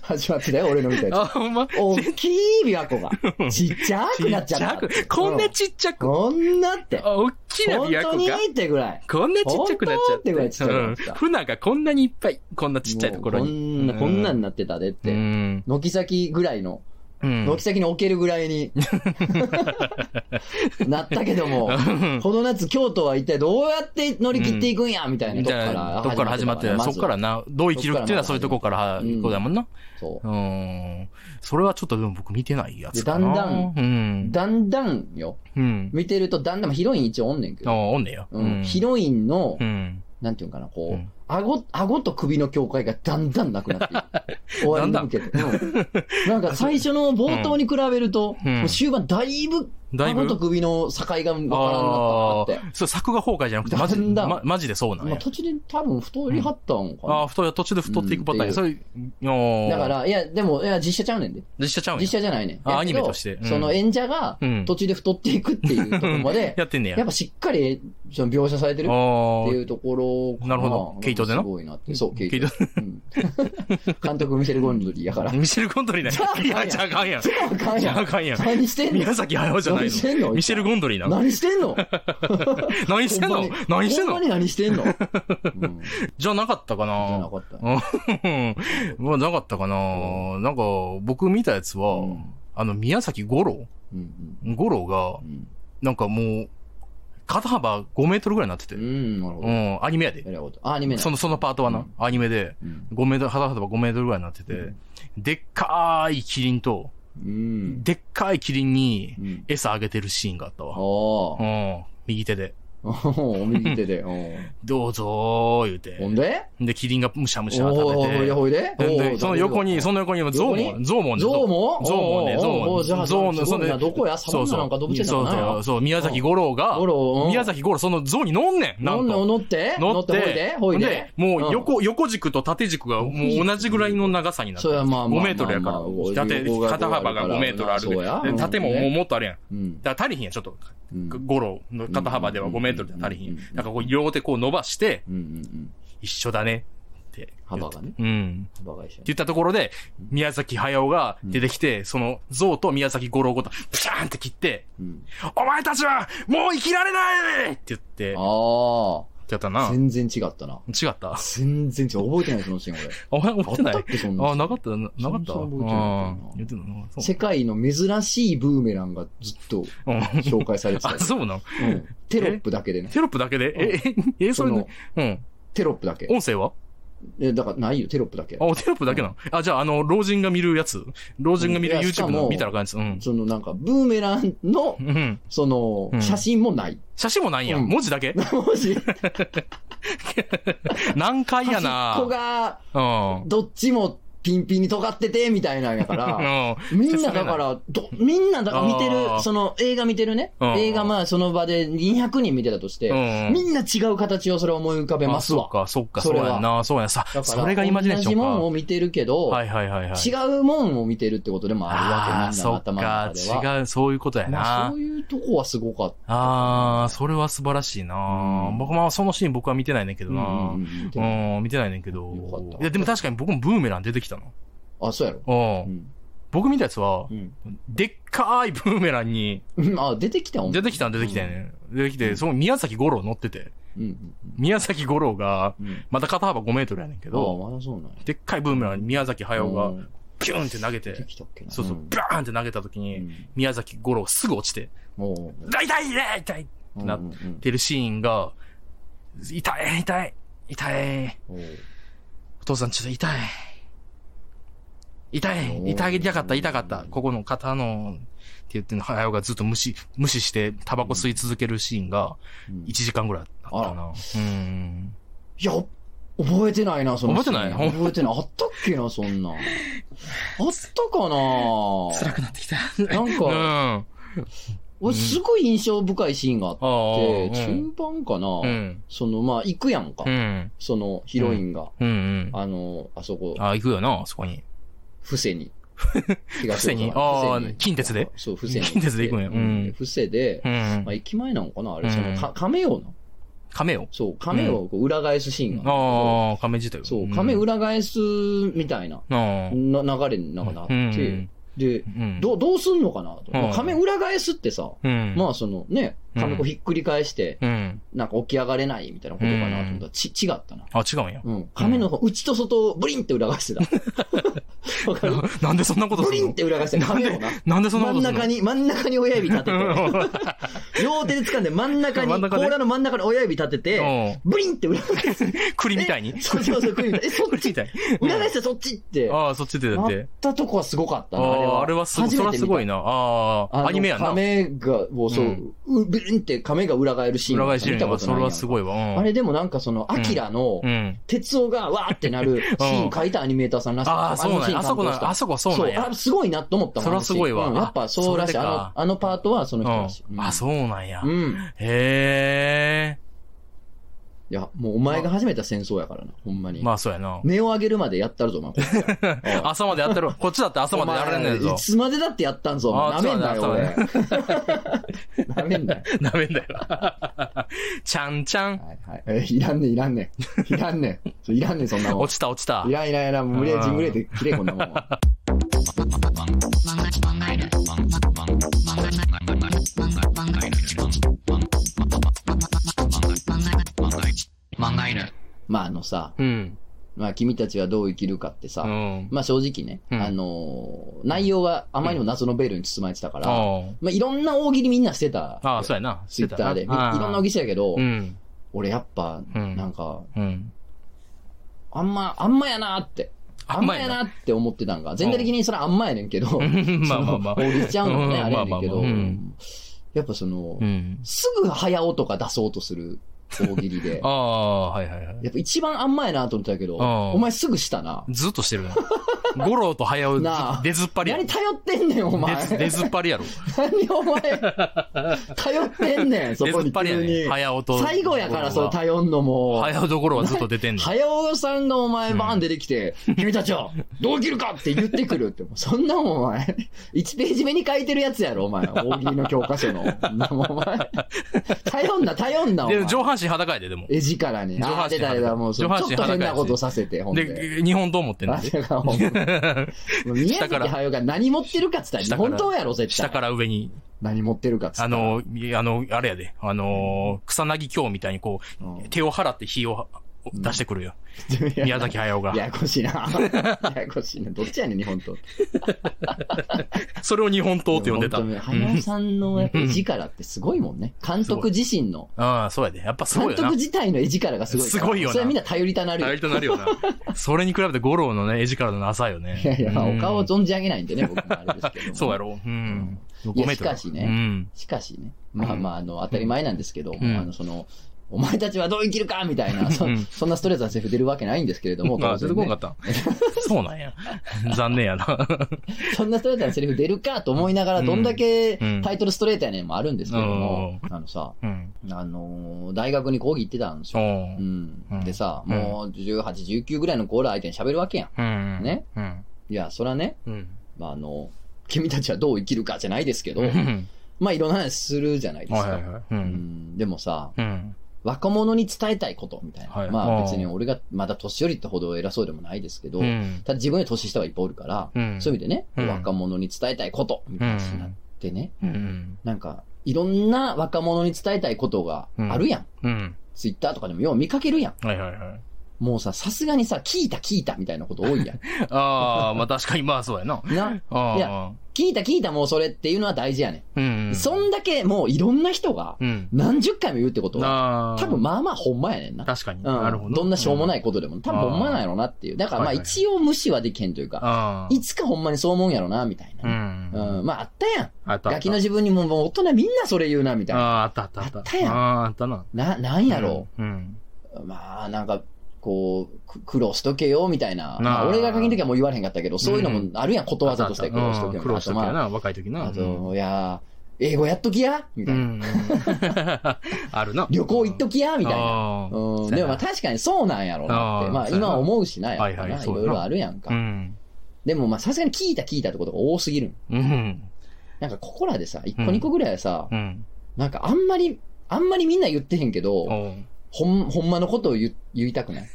始まってたよ、俺のみたいあ、な。ほんま。大きい琵琶湖が、ちっちゃくなっちゃったっていう。こんうなちっちゃく。こんなって。あ、おっきな本琵琶当湖にが。ってぐらい。こんなちっちゃくなっちゃっ本当ってぐらいちっちゃくなっちゃったた。船がこんなにいっぱい。こんなちっちゃいところに。もうこんな、こんなんなってたでっうて。ん。軒先ぐらいの、うん。軒先に置けるぐらい に、なったけども、この夏京都は一体どうやって乗り切っていくんや、みたいなみとこかたいらな、とこから始まってたた、らそっから。な、どう生きるっていうのはそういうとこから、うんこうだもんな。まずそううーん。それはちょっとでも僕見てないやつかでな。だんだん。うん。だんだんよ、うん。見てるとだんだんヒロイン一応おんねんけああ、ど、おんねや。うんヒロインの、うん。なんていうんかな、こう、うん顎、顎と首の境界がだんだんなく なっていく。終わりに向けて。うんなんか最初の冒頭に比べると、うんもう終盤だいぶだいぶ顎。と首の境がわからんあなったなって。あ、そう、作画崩壊じゃなくて、マジ、だんだんまマジでそうなんまあや。途中で多分太りはったんかあなあ、太い、途中で太っていくパターうんン。それ、おーだか、ら、いや、でも、いや、実写ちゃうねんで。実写ちゃうんや実。写じゃないねん。やけあどアニメとしてうんその演者がうん途中で太っていくっていうところ 、までやってんねや。やっぱしっかりその描写されてるっあていあ、うところなるほど毛糸でなすごいなって。そう、ケイけトど。、うん、 監督ミシェル・ゴンドリーやから。ミシェル・ゴンドリーな。じゃああかんいやんや、じゃああかあかんやん。んじやゃああん。かんやん。何してんの宮崎駿じゃない何してんのの。ミシェル・ゴンドリーな。何してんの何してんほんのまに何してんほんまのに何して んの、うん、じじゃなかったかゃななかった。うん。 まあ、なかったかな、なんか、僕見たやつは、うんあの、宮崎五郎うんうん五郎がう、んなんかもう、肩幅5メートルぐらいになってて。う、うんなるほど。ん、アニメやで。えらいこと。あ、アニメねその、そのパートはな、うんアニメで、うん5メートル、肌幅5メートルぐらいになってて、うんでっかーいキリンと、うん。でっかいキリンにうん。餌あげてるシーンがあったわ。おうー。ん、右手で。おー、右手 で。おーどうぞー、言うほて。んでで、キリンがむしゃむしゃ食おー、ほいべでて。ほいでおでーその横どに、こその横に、ゾウ横も、ゾウもね、ゾウもゾウもね、おーゾウおーもおーじゃあゾウの、すごいなそのどこやサバンナなんか動物園なんそうかないそやう、そう、宮崎五郎がゴ、ロ、うん宮崎五郎、そのゾウに乗んねん、なんと。乗って乗って、ほいで、ほいほんでで。もんう、横、横軸と縦軸がもう同じぐらいの長さになっそてる。りゃまあまあまあまあ5メートルやかまあまあら。だって、肩幅が5メートルあるそうやで。で縦ももうもっとあるやん。うん。だから足りひんやん、ちょっと。うんゴロの肩幅では5メートルでは足りひうんんうんうんう。んだからこう、両手こう伸ばして、うんうんうん。一緒だね。って。幅がね。うん。っ幅が一緒て言ったところで、宮崎駿が出てきて、その像と宮崎五郎ごと、プシャーンって切って、うん。お前たちはもう生きられないって言って、ってあやったあ、な。全違然違ったな。った。全然違う。覚えてない、そのシーンお前覚えて俺。あっなたっいけ、そんな。あ、なかった、ななかった。そうんなん覚え言ってたな。そ世界の珍しいブーメランがずっとう。うん紹介されてたよあ、。そうなのうんテロップだけでね。テロップだけでえ、え、え、そそれの、、うん。テロップだけ。音声はえ、だからないよ、テロップだけ。あ、テロップだけなのあ、じゃあ、あの、老人が見るやつ老人が見るうんいやしか YouTube もの見たら感じうん。そのなんか、ブーメランのう、ん。そのう、ん写真も ない。写真もないんや。うん文字 だけもし、難解やな端っこが、うん。どっちもピンピンに尖ってて、みたいなんやから、 うん。みんなだから、ど、みんなだから見てある、ーその映画見てるね。うん映画まあその場で200人見てたとして、うんみんな違う形をそれ思い浮かべまあすそわっ。か、そっか、そそれうはやんな。そうやんさ。だから、それがイマジネーシ同じもんョをン見てるけか。ど、はいはいはいはい。違うもんを見てるってことでもあるあわあ、け、みんなのそっ頭のか中、では。違う、そういうことやまあなそう。いうとこはすごかった。ああ、それは素晴らしいなう。ん僕、まあ、そのシーン僕は見てないねんけどうんなう。んううんん、見てないねんけどよかっ。たいや、でも確かに僕もブーメラン出てきたの。あ、そうやろ。う。うんん僕見たやつはう、んでっかいブーメランに、うん。あ、出てきたほんま出てきたん出てきたよね。出てきうて、んその宮崎五郎乗ってて、うんうん宮崎五郎が、うん。うんまた肩幅5メートルやねんけああ、ど、まだそうなんや。でっかいブーメランに宮崎駿うが、んピューンって投げ出てて、きたっけな。そうそう、んバーンって投げた時うに、ん宮崎五郎すぐ落ちて、おう痛い痛い痛い痛いっうんなっうんてるシーンが、痛い痛い痛い、うんおうお父さんちょっと痛い。お痛いー痛い痛かった痛かったここの肩の、って言ってんの、駿がずっと無視、無視してタバコ吸い続けるシーンが、うん1時間ぐらいあったかな。うん。いや、覚えてないな、そのシーン。覚えてない覚えてない。あったっけな、そんなん。あった かなくなってきた。なんうん。か、あ俺すごい印象深いシーンがあっあー。て、う中ん盤かうな、ん。その、まあ、行くやんかう。ん。その、ヒロインが、うんうん。あの、あそこ、ああ、行くよな、そこに。伏せ に。伏せに東大阪あー近鉄でそう、伏せに。近鉄 で行くんやうん伏せでう、んまあ、。駅前なのかなあれ、うんその、か亀をな。亀を。そう、亀をこう裏返すシーンがあああ、亀自体るを。そう、亀裏返すみたいな、ああ。な流れになんかなって、で、うん。どう、どうすんのかなと。うんまあ亀裏返すってさ、うん。まあそのね、亀こうひっくり返して、うん。なんか起き上がれないみたいなことかなと思ったら、ち、違ったな。あ、違うんや。うん。亀の方、内と外をブリンって裏返 してた。わかるななんでそんなことブすリるンっのて裏返してた亀をな。なんでそんな真ことんするの中に、真ん中に親指立て て、両手で掴んで真ん中に、真ん中甲で羅の真ん中に親指立てうて、ん。 うんブリンって裏返す。栗みたいにえ。そうそうそう、栗みたい。え、そっ栗みちたい。 裏返してそっちって。ああ、そっちでだっなてっ。たとこはすごかったあな。あれあ、は。あれはすごい、初そめれはてす見たごいな。ああのあ、アニメやな。亀が、もうそう、うブリンって亀が裏返るシーン。裏返し見にたこは、とそないれやんはすごいわ。うんあれでもなんかその、アキラのう、ん。鉄夫がわーって なるシーン書いたアニメーターさんらしいですよ。ああ、そうなんや。あのシそーン担当こしなん、たあそこはそうなんや。あ、すごいなと思ったもん。それはすごいわうんやっぱそうらしい。あそれであかの、あのパートはその人らしい。うんあ、そうなんやう。ん。へいや、もうお前が始めた戦争やからな、ほんまえ。に。まあ、そうやな。目を上げるまでやったるぞ、お前。こっ ちはおい朝までやってる。こっちだって朝までやられんねんお前い。ぞつまでだってやったんぞ、お前あなめんなよ、そう俺だ。 なめんなよ。なめんだよ。 ちゃんちゃん。はいはい。えいらんねん、いらんねん。いらんねん。ちょいらんねん、そ んなもん落。ちた落ちたい。らん、いらん、いらん。もう無理やりジムレーで切れ、こんなもんは。まあ、あのさ、うん。まあ、君たちはどう生きるかってさ、うん。まあ正直ね、うんあのー内容はあまりにも謎のベールに包まれてたから、うんまあいろんな大喜利みんなしてた。ああ、そうやな。ツイッターで。いろんな大喜利してたけど、うん。俺やっぱ、うんなんか、うん。あんま、あんまやなって。あんまやなって思ってたんが、全体的にそれはあんまやねんけ ど、うんまあまあまあその大喜利ちゃうのもね、うんあれやねんけど、まあまあまあうんやっぱその、うん。すぐ早音とか出そうとする大喜利で あ、あ、はいはいはい。やっぱ一番あんまやなと思ってたけど、うんお前すぐしたな。ずっとして るな。五郎と早尾なあ、出ずっぱりやろ何。頼ってんねん、お前。出ず出ずっぱりやろ。 何お 前、頼ってんねん、そ出こずっにぱりや急ねにん。。早尾と。最後やから、それ早頼んのも。尾と五郎はずっと出てんねん。早尾さんがお前バーン出てきて、君たちはどう生きるかって言ってくるって、もうそんなもんお前、1ページ目に書いてるやつやろ、お前。大喜利の教科書の。そんなもんお前、頼んな、頼んな、お前で、。上半身裸やで、でも。絵力に。上半あ身ー、出た出た、もう、そのち上半ょっ身と変なことさせて、ほんで。で、日本刀持ってん ねあんで。だから ほんま宮下崎から駿が何持ってるかっつったら、日下から本刀やろ、絶下対。から上に。何持ってるかっつったあら。の、いあの、あれやで。あのー、草薙京みたいにこうんう、手を払って火を出してくるよ。宮崎駿が。ややこしい な。ややこしいな。どっちやねん、日本刀。それを日本刀って呼んでた。う本当ね早尾んさんのやっぱ絵力ってすごいもんね。監督自身の。ああ、そうやで。やっぱすご監いよな督。自体の絵力がすごいから。すごいよなそれはみんな頼りたなるよ。頼りとなるよな。それに比べて五郎のね、絵力のなさよね。いやいや、うんお顔を存じ上げないんでね、僕もあれですけども。 そうやろ。うん。いやしかしねうん。しかしね、まあまあ、あの、当たり前なんですけど、うんあの、その、お前たちはどう生きるかみたいな、そうんそんなストレートなセリフ出るわけないんですけれども、あ当あ、出然てこなね、か った。そうなんや。残念やな。そんなストレートなセリフ出るかと思いながら、うんどんだけうんタイトルストレートやねんもあるんですけども、あのさ、うん。あのー大学に講義行ってたんですおよ。う。うんんうんでさ、うんもう18、19ぐらいの子ら相手に喋るわけやうん。ね。うん。ん。いや、そらね、うん。まあ、あの、君たちはどう生きるかじゃないですけどう、ん。まあいろんな話するじゃないですはいはいか。はい。うう。んん、でもさ、うん。若者に伝えたいことみたいな。はいまああー別に俺がまだ年寄りってほど偉そうでもないですけど、うん。ただ自分より年下はいっぱいおるから、うん。そういう意味でね、うん若者に伝えたいことみたいな話になってね、うん。なんかいろんな若者に伝えたいことがあるやん。うん。ツイッターとかでもよう見かけるやん。はいはいはい。もうさ、さすがにさ、聞いた聞いたみたいなこと多いやん。ああ、まあ確かにまあそうやな。な、いあ聞いた聞いたもうそれっていうのは大事やね。あ。うんん。そんだけもういろんな人がうん。何十回も言うってことは、ああ。多分まあまあほんまやねんな。確かに。うんなるほど。。んなしょうもないいことでも、多分ほんまなんやろなっていう。だからまあはいはい一応無視はできへんというか、ああ。いつかほんまにそう思うんやろな、みたいうな。ん。うん。まああったやん。あったあった。ガキの自分にももう大人みんなそれ言うな、みたいな。ああ、あったあったあった。あったやんああ、あったな。な、なんやろう。うん。う。まあなんか、こう、く苦労しとけよ、みたいな。あまあ俺がガキの時はもう言われへんかったけど、そういうのもあるやん、ことわざとして苦労しとけうよ。ん苦労しとけあよとまあな、若い時な。あと、いやー、英語やっときやみうたいな。ん。 あるな。旅行行っときやみたいな。なうん。でもまあ確かにそうなんやろうなって。あーまあそうやな今思うしな、やっぱはいはな。いいそうやろないろあるやんかう。ん。でもまあさすがに聞いた聞いたってことが多すぎるん。うん。なんかここらでさ、一個うん二個ぐらいはさ、うん。なんかあんまり、あんまりみんな言ってへんけど、おうほん、ほんまのことを言言いたくない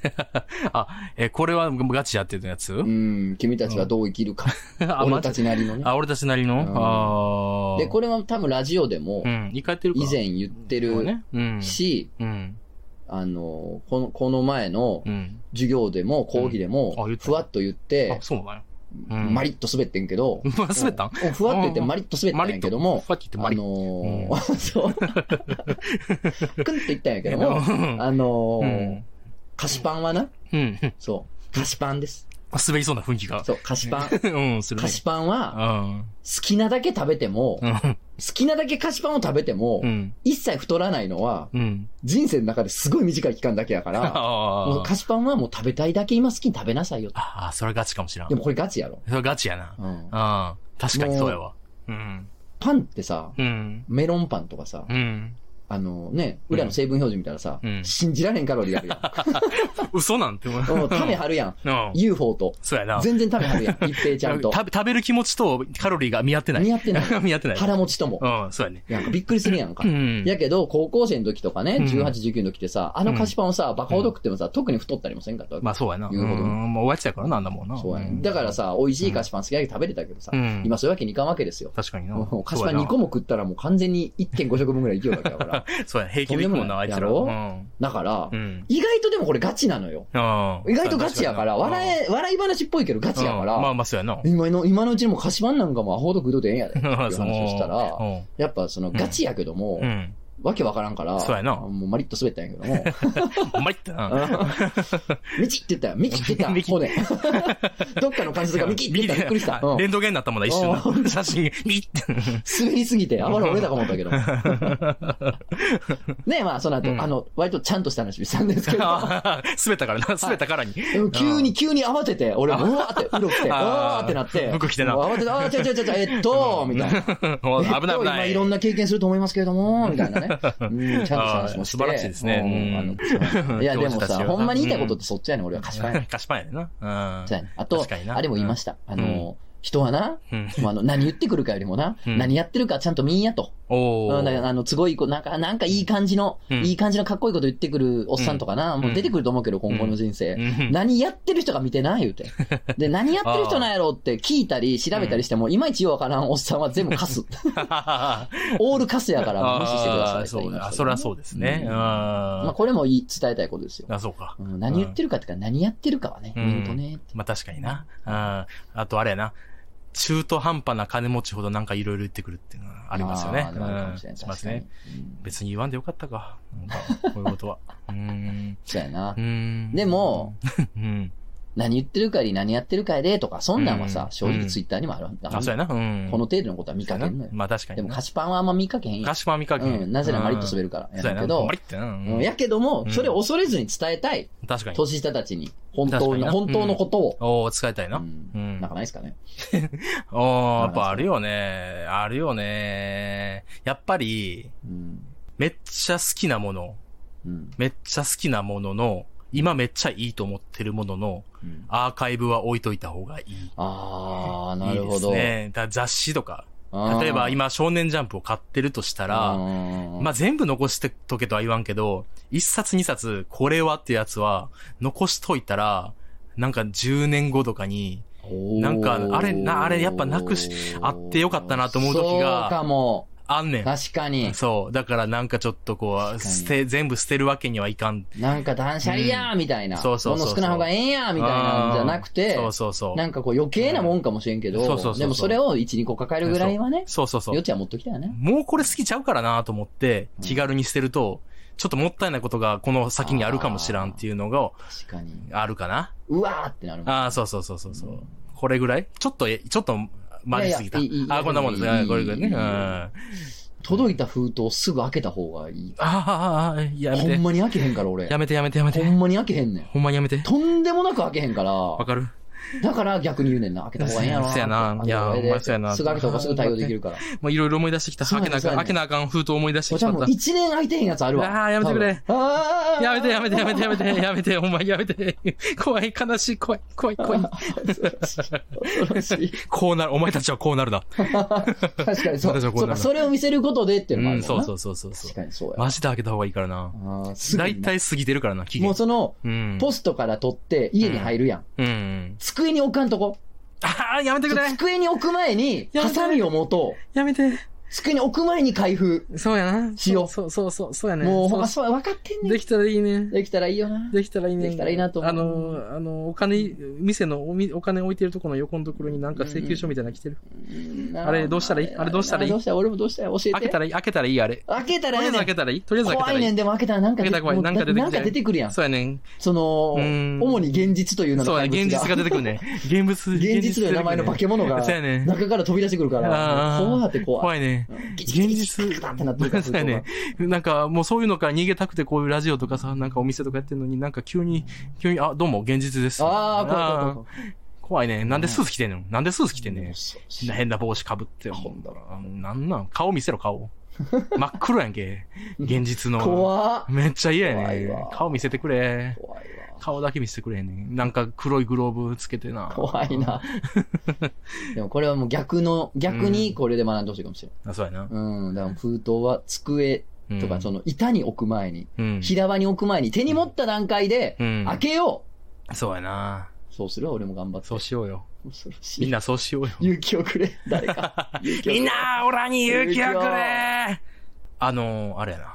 え、これはガチやってたやつうん、君たちはどう生きるか。 あ、俺マたジちなりのね。あ、俺たちなりのああ。で、これは多分ラジオでもう、ん。一回やってるか以前言ってそうるね。うん。し、うん。あの、この、この前のうん。授業でも、講義でうんあも言っ、てたふわっと言っあて、、そうなんや。うん マリッと滑ってんけど、まあ、滑ったんうんふわっと言ってマリッと滑ってんやけども、ファッキーってあマリ。のー、 そう。くんって言ったんやけども、うんあのうーん、。菓子パンはな、うん。 そう、菓子パンです。滑りそうな雰囲気が。 そう、菓子パン。うん、する菓ね。子パンは、う好ん。きなだけ食べても、好うん。きなだけ菓子パンを食べてもう、ん。一切太らないのは、うん。人生の中ですごい短い期間だけやから、も あう菓子パンはもう食べたいだけ今好きに食べなさいよ。あー、それガチかもしらんで。もこれガチやろ。それガチやな。うんうん。確かにそうやわ。うん。パンってさ、うん。メロンパンとかさ、うん。あのね、裏の成分表示見たらさう、ん信じられんカロリーあるやん。 嘘なんて思う。うん、ため張るやん。うん。 UFO と。そうやな。全然ため張るやん。一平ちゃんと。食べ食べる気持ちとカロリーが見合ってない。見合ってない。 見合ってない。腹持ちとも。うん、そうやね。なんかびっくりするやんかう。ん。やけど、高校生の時とかね、うん18、19の時ってさ、あの菓子パンをさ、バカほど食ってもさ、特に太ったりもせんかったわけ。まあそうやな。う言うほどん。もうおやつやからな、あんだもんな。そうやね。だから、さ、美味しい菓子パン好きだけ食べれたけどさう、ん。今そういうわけにいかんわけですよ。確かにな。もう菓子パン2個も。も食ったらもう完全に1.5食分ぐらいいけるわけだかそうや、平気で行くもんな、あいつとんら。でもうないん。だからう、ん。意外とでもこれガチなのよ。ああ意外とガチやから、確に笑え、笑い話っぽいけどガチやかうんまあら、まあ、そうやな。今の、今のうちにもう菓子パンなんかもアホほど食うとでええんやで、っていう話 そをうしたら、うんやっぱそのガチやけどもう、ん。わけわからんから、そうやなもうマリッと滑ったんやけども、 うまいってな。ミキって言ったよ、ミキって 言っミた、キ骨。 どっかの関節がミキって言った、びっくり した。あうんレントゲンになったもんな、一瞬な。写真、ミッ て。滑りすぎて、あばら折れたか思ったけど。 ねまあその後、うんあの、割とちゃんとした話したんですけど、 あー滑ったからな、滑ったからに。でも急に、急に慌てて、俺、うあわーって、うろくて、う あーわーってなって、服着てなもう慌てて、あー、ちゃちゃちゃちゃ、えっと、み たいな。もう危な い危えっと今ないい。ろ んな経験すると思いますけれども、みたいなね。うん、ちゃんとした話もして。あー素晴らしいですうねんあのういん や、でも教師たちさ、はほんまに言いたい ことってそっちやねん、俺は菓子パンやねん。菓子パンやでな。うん。そうやねんあと確かに、なあれも言いました。あの、人はな、うんもうあの、何言ってくるかよりもな、うん何やってるかちゃんと見んやと。おうんだからー。あの、すごいこう、なんか、なんかいい感じの、うんいい感じのかっこいいこと言ってくるおっさんとかな、んもう出てくると思うけど、今後の人生。うん何やってる人が見てな、言うて。で、何やってる人なんやろって聞いたり、調べたりしても、いまいちようわからんおっさんは全部カス。オールカスやから、無視してくださいあーとそ言いうましたけだ。どそりゃそうですね。ううんん。まあ、あ、これも言い伝えたいことですよ。そうか。うん何言ってるかっていうか、何やってるかはね、うん見るとね。まあ確かにな。うん。あとあれやな。中途半端な金持ちほどなんかいろいろ言ってくるっていうのはありますよね。あーでもあるかもしれなうんい。しま確すかにね。。別に言わんでよかったか。なんかこういうことは。うん。そうやなう。んでも、うん。何言ってるかより何やってるかやでとか、そんなんはうさん、正直ツイッターにもあるんだあ、そうやな。うん。この程度のことは見かけんのよ。まあ確かにでな。も菓子パンはあんま見かけへんやガシパ見かけん。うん、なぜならマリッと滑るるから。そうやねやんな。けどマ、リってな。うんうんやけどもう、んそれを恐れずに伝えたい。確かに。年下たちに、本当確かにの、な本当のことを。おー、使いたいうな。うんんなんかないですかね。おー、やっぱあるよね。あるよね。やっぱり、うん。めっちゃ好きなもの、うん。めっちゃ好きなものの、今めっちゃいいと思ってるものの、うんアーカイブは置いといた方がいい。あー、ないるいでほすど。ね。だ雑誌とか。うん例えば、今、少年ジャンプを買ってるとしたうら、んまあ、全部残してとけとは言わんけど、一冊二冊、これはってやつは、残しといたら、なんか10年後とかに、おーなんかあれなあれやっぱなくしあってよかったなと思う時がそうかも。あんねん。確かに。そう。だからなんかちょっとこ確う、かに捨て、全部捨てるわけにはいかん。なんか断捨離やーみたいな。うんそうそうそうそう物少ない方がええんやーみたいなんじゃなくて、そうそうそう。なんかこう余計なもんかもしれんけど、うんそうそうそうそうでもそれを1、2個抱えるぐらいはね、そうそうそう余。地は持っときたよね。もうこれ好きちゃうからなと思って、気軽に捨てると、ちょっともったいないことがこの先にあるかもしらんっていうのが確かに。あるかな。うわーってなるもん。ああ、そうそうそうそうそう。これぐらいちょっと、えちょっと、マジすぎた。いやいやいいいいああ、こんなもんですいいいいね。これぐらいね。いいうん。あ届いた封筒すぐ開けた方がいい。あー、あーあー、やほめんて。まに開けへんから俺。やめてやめてやめほて。んまに開けへんねん。ほんまにやめて。とんでもなく開けへんかわら、かるだから逆に言うねんな。開けた方がええんやろ。そうやな開けた方がええでいやほんまそうやなすぐ開けた方がすぐ対応できるから。もういろいろ思い出してきた。そう開やけねそうなあかん、やね開けなあかん封筒思い出しておきち茶ゃっもたう。1年開いてへんやつあるわ。あーやめてくれ多分。あーやめてやめてやめてやめてやめてやめて、ほんまにやめて。怖い、悲しい、怖い、怖い、怖い。恐ろしい恐ろしい。こうなる、お前たちはこうなるな。確かに そう。私はこそううか、なるそれを見せることでっていううのもあるん、もそんうな。そうそうそうそ確う。かにそうや。マジで開けた方がいいからな。あーすぐだにいなたい過ぎてるからな、期も限う。その、うん。ポストから取って家に入るやん。うんうん。机に置かんとこ。ああ、やめてくれ机に置く前に、やハめてサミを持とやめて。う。机に置く前に開封。そうやな。しようそうそうそう、そうやね。もう、そほんうま、そう、分かってんねん。できたらいいね。できたらいいよな。できたらいいね。できたらいいなと思うあの、あの、お金、店のおみお金置いてるとこの横のところになんか請求書みたいなの来てる。あれどうしたらいいあれどうしたらいいどうした俺もどうしたらいい教えて。開けたららいい、開けたらいい、あれ。開けたとりらあえええねずん開けたらいいとりあえず開けた怖らいいねいん、。でも開けたらなんか開けたら怖いもうなんか出てきてなんか出てくるやん。そうやねん。そのう、ん主に現実という名のそうや、怪物現実が出てくるね。現物、 現実の名前の化け物が、そうやね中から飛び出してくるから、あー怖って怖い。怖いね。現現実、 ってなってるからそうやね。なんか、もうそういうのから逃げたくて、こういうラジオとかさ、なんかお店とかやってるのに、なんか急に、急に、あ、どうも、現実です。ああ、怖い怖い怖いあー怖いね。なんでスーツ着てんのなんでスーツ着てんねん。恐ろしい変な帽子かぶって、ほんだら、なんなん顔見せろ、顔。 真っ黒やんけ。現実の。怖っめっちゃ嫌やね怖いわん。顔見せてくれ。怖いわ。顔だけ見せてくれへんねん。なんか黒いグローブつけてな。怖いな。でもこれはもう逆の、逆にこれで学んでほしいかもしれあ。そうやな。ない。うん。だから封筒は机うんとか、その板に置く前に、うん。平場に置く前に、手に持った段階でう、ん。開けよそうやな。う。そうするわ、俺も頑張って。そうしようよ。恐ろしいみんなそうしようよ。勇気をくれ、誰か。 みんな、オラに勇気を勇く気をれあのー、あれやな。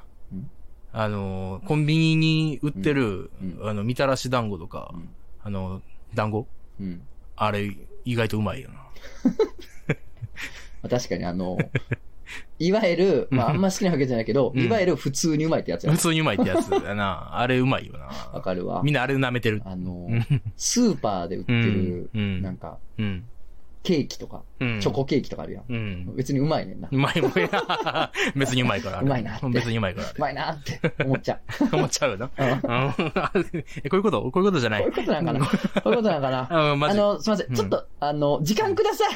あの、コンビニに売ってる、うんあの、みたらし団子とか、うんあの、団子うん。あれ、意外とうまいよな。まあ確かにあ の、いわゆる、まああんま好きなわけじゃないけど、うんいわゆる普通にうまいってやつや普。通にうまいってやつだ な。あれうまいよわな。かるわみ。んなあれ舐めてる。あのう、ん。スーパーで売ってる、うんなんか、うん。ケーキとか、うんチョコケーキとかあるやん。うん。別にうまいねんな。ううまいもんや。 別にうまいから。うまいなって別にうまいから。まいなって思っちゃ 思っちゃうな。う。うんこうん あえこういうことこういうことじゃなうい。いうことなんかな。こういうことなんかな。 あ、マあジ。の、すみませうんん。ちょっと、あの、時間ください。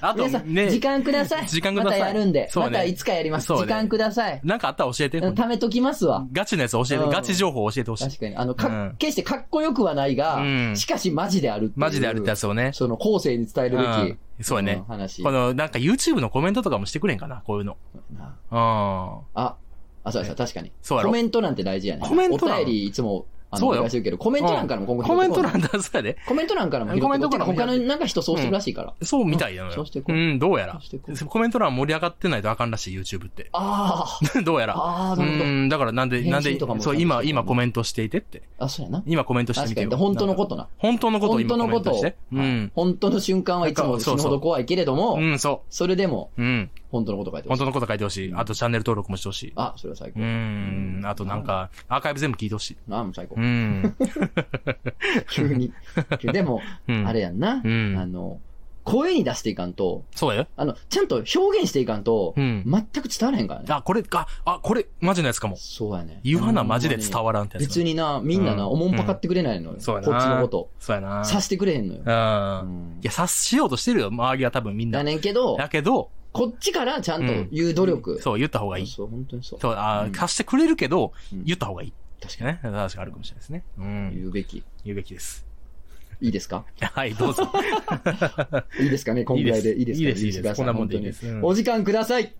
あと皆さん、ね時、間ください。時間くださいまたやるんで。そうねまたいつかやります。そうね時間ください。なんかあったら教えて。貯めときますわ。ガチのやつ教えて。うんガチ情報教えてほしい。確かに。あの、うかん、決してかっこよくはないがうん、しかしマジであるっていう。マジであるってやつをね。その後世に伝えるべうんき。そうやねん話こ。の、なんか YouTube のコメントとかもしてくれんかなこういうの。うん。あ、あ、そうやそうや、確かに。そうやろコメントなんて大事やね。コメント欄お便りいつも、あの、そおうよ願いしてるけど、コメント欄からも今後拾コメンってこトうね欄出すやで。コメント欄からも拾ってこうコメント欄もてか他のなんか人そうしてるらしいから。そうみたいなのよ。、そうしていこうんどうやらそうしていこ。うコメント欄盛り上がってないとあかんらしい、YouTube って。 ああ、どうやら。ああ、うなるほど。ん、だからなんで、な返んで信とか、もそちゃんう、として今、今コメントしていてって。あ、そうやな。今コメントしてみ確てかよに。本当のことな。本当のことを本今当コのメこントとして。うん。本当の瞬間はいつも死ぬほど怖いけれどもう、ん、そそれでもう。うん。本当のこと書いてま本す。当のこと書いてほしい。あとチャンネル登録もしてほしい。あ、それは最う高。ん。あとなんか、アーカイブ全部聞いてほしい。あ、もう最高う。 ん。急 に。でも、うんあれやんな。うんあの、声に出していかんと、そうだよ。あの、ちゃんと表現していかんと、うん全く伝わらへんからね。あ、これか、あ、これ、マジのやつかも。そうやね。言わな、マジで伝る。わらんってやつ。別にな、みんなな、うんおもんぱかってくれないのよ。そうやな。こっちのこと。。そうやな。さしてくれへんのよ。う。うんんいや、察しようとしてるよ、周りは多分みんだな。ねんけど、だけど、こっちからちゃんと言う努力。そう、言った方がいい。そう、本当にそう。そう、あうーん貸してくれるけど、うん言った方がいい。確かね。話があるかもしれないですね。うに。ん。言うべき。言うべきです。 いいですかはい、どうぞ。いいですかね今ぐらいで。いいいいでですすいいですいいですかこんなもんでいいです本当にうんお時間ください。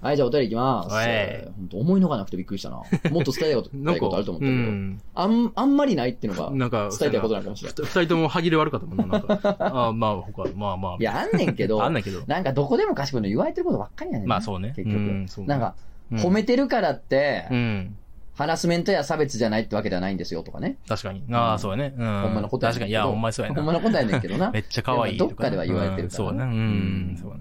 はい、じゃあお便りいきます。はい本当思いのがなくてびっくりしたな。もっと伝えたいこと、な伝んえたいことあかると、思っうたけど、ん。あん、あんまりないっていうのがなんか、伝えたいことなのかもしれなふい。た二人とも歯切れ悪かったもんな、なん か。あーまあ、他、まあまあ。いや、あんねんけどあん、ないけど。なんかどこでもかしこいの言われてることばっかりやねんな。まあそうね。結局うんそうなんか、うん褒めてるからってう、ん。ハラスメントや差別じゃないってわけではないんですよとかね。確かに。あうあ、んそうやね。うん。ほんまのことやね確んけどかに。いや、ほんまにそうやほんまな。のことやねんけどなめ。っちゃ可愛いとかでもどっかね。では言われてるからねうんそうね。ううんん。そうね。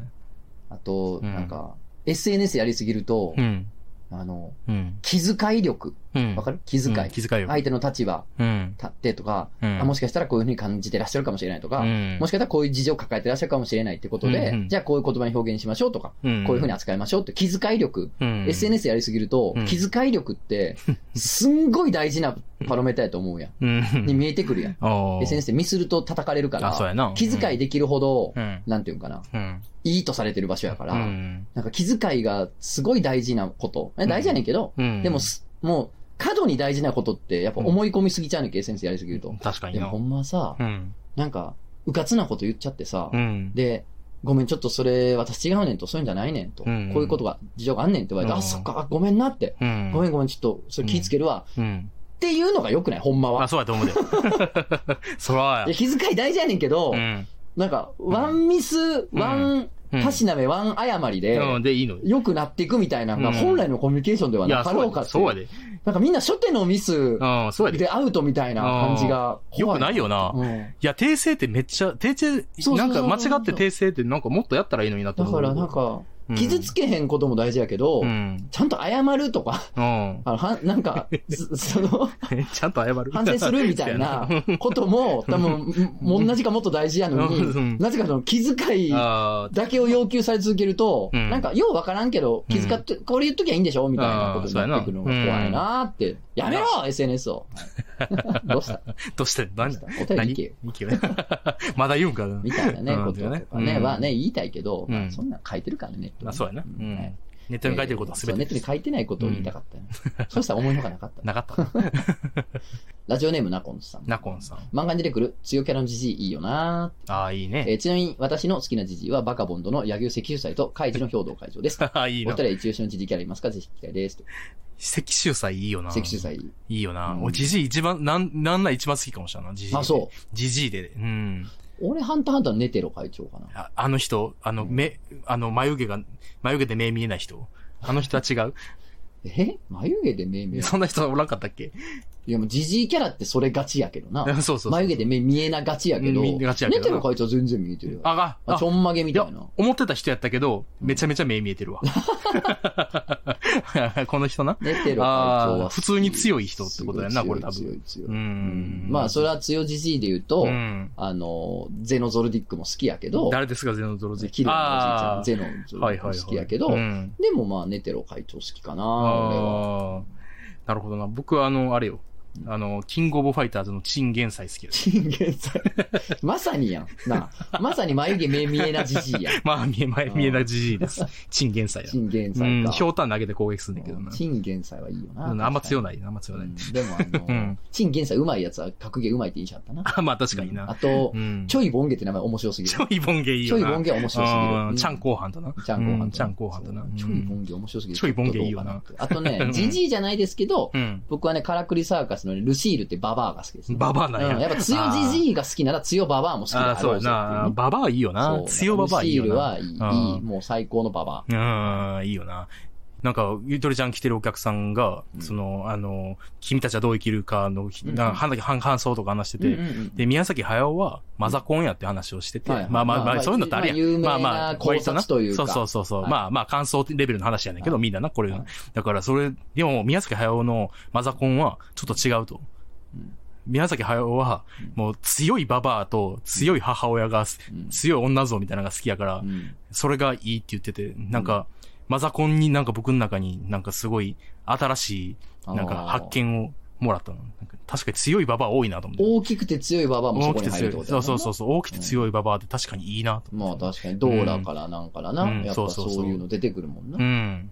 あと、うんなんか、SNS やりすぎるとう、ん。あの、うん。気遣い力。うん。わかるる気遣い。気遣いよ。相手の立場うん。立ってとか、うんあもしかしたらこういうふうに感じてらっしゃるかもしれないとか、うんもしかしたらこういう事情を抱えてらっしゃるかもしれないってことで、うんうんじゃあこういう言葉に表現しましょうとか、うんこういうふうに扱いましょうって気遣い力。うん。 SNS やりすぎるとうん、気遣い力 って、すんごい大事なパロメーターやと思うやん。うん。に見えてくるやん。ああ。 SNS でミスると叩かれるかあそうやなら、気遣いできるほどう、ん。なんていうんかな、うん。いいとされてる場所やかうら、んなんか気遣いがすごい大事なこと。え大事やねんけど、うん。でもす、もう、過度に大事なことって、やっぱ思い込みすぎちゃうねんけ、先生やりすぎると。確かにでもなほ。んまさう、ん。なんか、うかつなこと言っちゃってさう、ん。で、ごめん、ちょっとそれ、私違うねんと、そういうんじゃないねんと、うこうんいうことが、事情があんねんって言われて、うんあ、そっか、あごめんなって、うん。ごめんごめん、ちょっと、それ気ぃつけるわ、うん。っていうのが良くない、ほんまあ、は。そうやと思うで。 そらいやや。気遣い大事やねんけどう、ん。なんか、ワンミス、ワン、うんたしなめ、ワン誤りで、うん。で、いいのよ。良くなっていくみたいなのが、うん本来のコミュニケーションではいや、なかろそううやかで。ってそうやで。なんかみんな初手のミスうん、そうやで。でアウトみたいな感じがよ怖くないよな。うんいや、訂正ってめっちゃ、訂正、そうそうそうなんか間違って訂正ってなんかもっとやったらいいのになとだ思う。からなん、か、うん傷つけへんことも大事やけど、うん。ちゃんと謝るとか、 うん。 あのはなんか、すその、ちゃんと謝る。反省するみたい なことも、多分、も同じかもっと大事やのうにん、なぜかその気遣いあだけを要求され続けると、うんなんか、ようわからんけど、気遣って、これ言っときゃいいんでしょみたいなことになってくるのが怖いなーって。やめろ !SNS を。どうしたー どうしてどう何したお便り何いけよ。行けよ まだ言うんかなみ。たいなね、うんこととかうね、んはね、言いたいけど、まうんあそんなん書いてるからね、ネットにあ、そうやな。うはいん。ネットに書いてることは全そうてネットに書いてないことを言いたかったね。そうしたら思いのがなかった。 なかったな。ラジオネームナコンさん。ナコンさん。漫画に出てくる強キャラのジジイいいよなーああ、いいえね。ーちなみに私の好きなジジイはバカボンドの野球石州祭とカイジの兵道会場です。 ああ、いいお二な。人は一押しのジジイキャラいますかぜひ聞きたいです。石州祭いいよな。石州。祭。いいよなう。ん俺、ジジイ一番、なん、なんなら一番好きかもしれんな。ジジイ。。あ、そうジジイで。うん。俺、ハンターハンターネテロ会長かな。ああの人、あの、目、あの、眉毛が、眉毛で目見えない人。あの人は違う。え眉毛で目見えないそんな人おらんかったっけいや、もうジジイキャラってそれがちやけどな。 そうそうそう。眉毛で目見えながちやけど、見えながちやけどネテロ会長全然見えてるよ。あが、あ、あち、ょんまげみいたやいな。、思ってた人やったけど、めちゃめちゃ目見えて るわ。この人な。ネテロ会長あーは。普通に強い人ってことやなすごこれい強い多分強い強い。うーんまあ、それは強ジジイで言うと、うん。あの、ゼノゾルディックも好きやけど、誰ですか、ゼノゾロゼキルのおじいちゃん、ゼノゾルあーはディックいはいもはい。好きやけどう、んでもまあ、ネテロ会長好きかな、俺は。あーなるほどな。僕はあの、あれよ。あの、キングオブファイターズのチンゲンサイ好きです。 チンゲンさん。まさにやん。なあまさに眉毛目見えなジジイやん。まあ、見え、前見えないじじいです。チンゲンサイだチ。ンゲンうさんん、か。ひょうたん投げて攻撃するんだけどな。チンゲンさんはいいよな。うんあんま強い。ない、あんま強うないん。でもあうのん、チンゲンさんうまいやつは格ゲーうまいって印象あったな。あ、 まあ確かにあな。とう、ん。ちょいボンゲって名前面白すぎる。ちょいボンゲいいちょいよな。ボンゲは面白すぎるううんん。ちゃん後半だな。ちゃん後うん半。ちゃん後半だなそううんちょいボンゲ面白すぎる。ちょいボンゲいいよなちょっとどうかなあと うんね、ジジイじゃないですけど、うん。僕はね、カラクリサーカスのねルシールってババアが好きですね。ババアなんやうんやっぱ強ジジイが好きなら強ババアも好きあだあ、そうやな。ババアいいよな。強ババアいいよルシールな。はいい、うんいいもう最高のババうん、いいよな。なんか、ゆとりちゃん来てるお客さんが、その、あの、君たちはどう生きるかの、んな半々半々そうとか話してア。うんうて、んうんで、宮崎駿は、マザコンやって話をしてて、はいはいまあまあままあまあ、あそういうのってあれやまあ有名ん。なまあまあ、考察なというそうかそうそうそう。はいまあまあ、感想レベルの話やねんけど、はいみんなな、これはい。だから、それ、でも、宮崎駿のマザコンは、ちょっと違うと。うん宮崎駿は、もう、強いババアと、強い母親が、うん強い女像みたいなのが好きやから、うんそれがいいって言ってて、なんか、マザコンになんか僕の中になんかすごい新しい、なんか発見をもらったの。なんか確かに強いババア多いなと思って。大きくて強いババアもそ大こきにくて入る強ってこい。とだそもうんなそうそうそう。大きくて強いババアって確かにいいなとま思あって。確かに、ドーラからなんからな、うんやっぱそうそうそそうういうの出てくるもんな。ううん。ん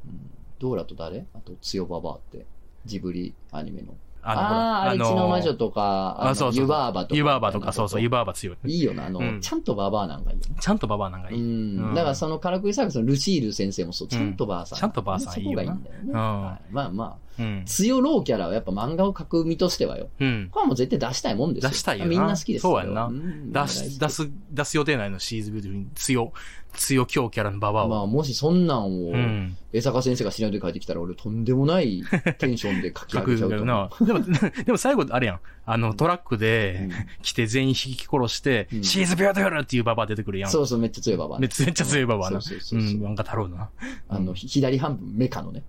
ドーラと誰あと、強ババアって。ジブリアニメの。あほらああー、あれ、血の魔女とか、あそうそうそうユバーバとか。湯婆婆とか、そうそう、湯婆婆強い。いいよな、あの、うんちゃんとババアなんかいいよな。ちゃんとババアなんかいい。ううん。んうんだからそのカラクリサークスのルシール先生もそう、ちゃんとばあさん。うんちゃんとばあさんいいよそなこがいいんだよね。うんはいまあまあ、強ローキャラはやっぱ漫画を描く身としてはよ。うん。これはもう絶対出したいもんですよ。出したいよなみんな好きですよそうやんなうん出す、出す、出す予定内のシーズンビューティフルに強、強強キャラのババアまを。あもしそんなんをう、ん。江坂先生が死なで書いてきたら俺とんでもないテンションで書き上格げちゃ上うがとる思うな。でも、 でも最後、あれやん。あの、トラックで、来て全員引き殺して、うんシーズビューティフルっていうババア出てくるうやんん。そうそう、めっちゃ強いババアめねっ。ちゃめっちゃ強いババアな。そうう、そうそうんそう。なんか太郎な。あの、ひ左半分メカ のね。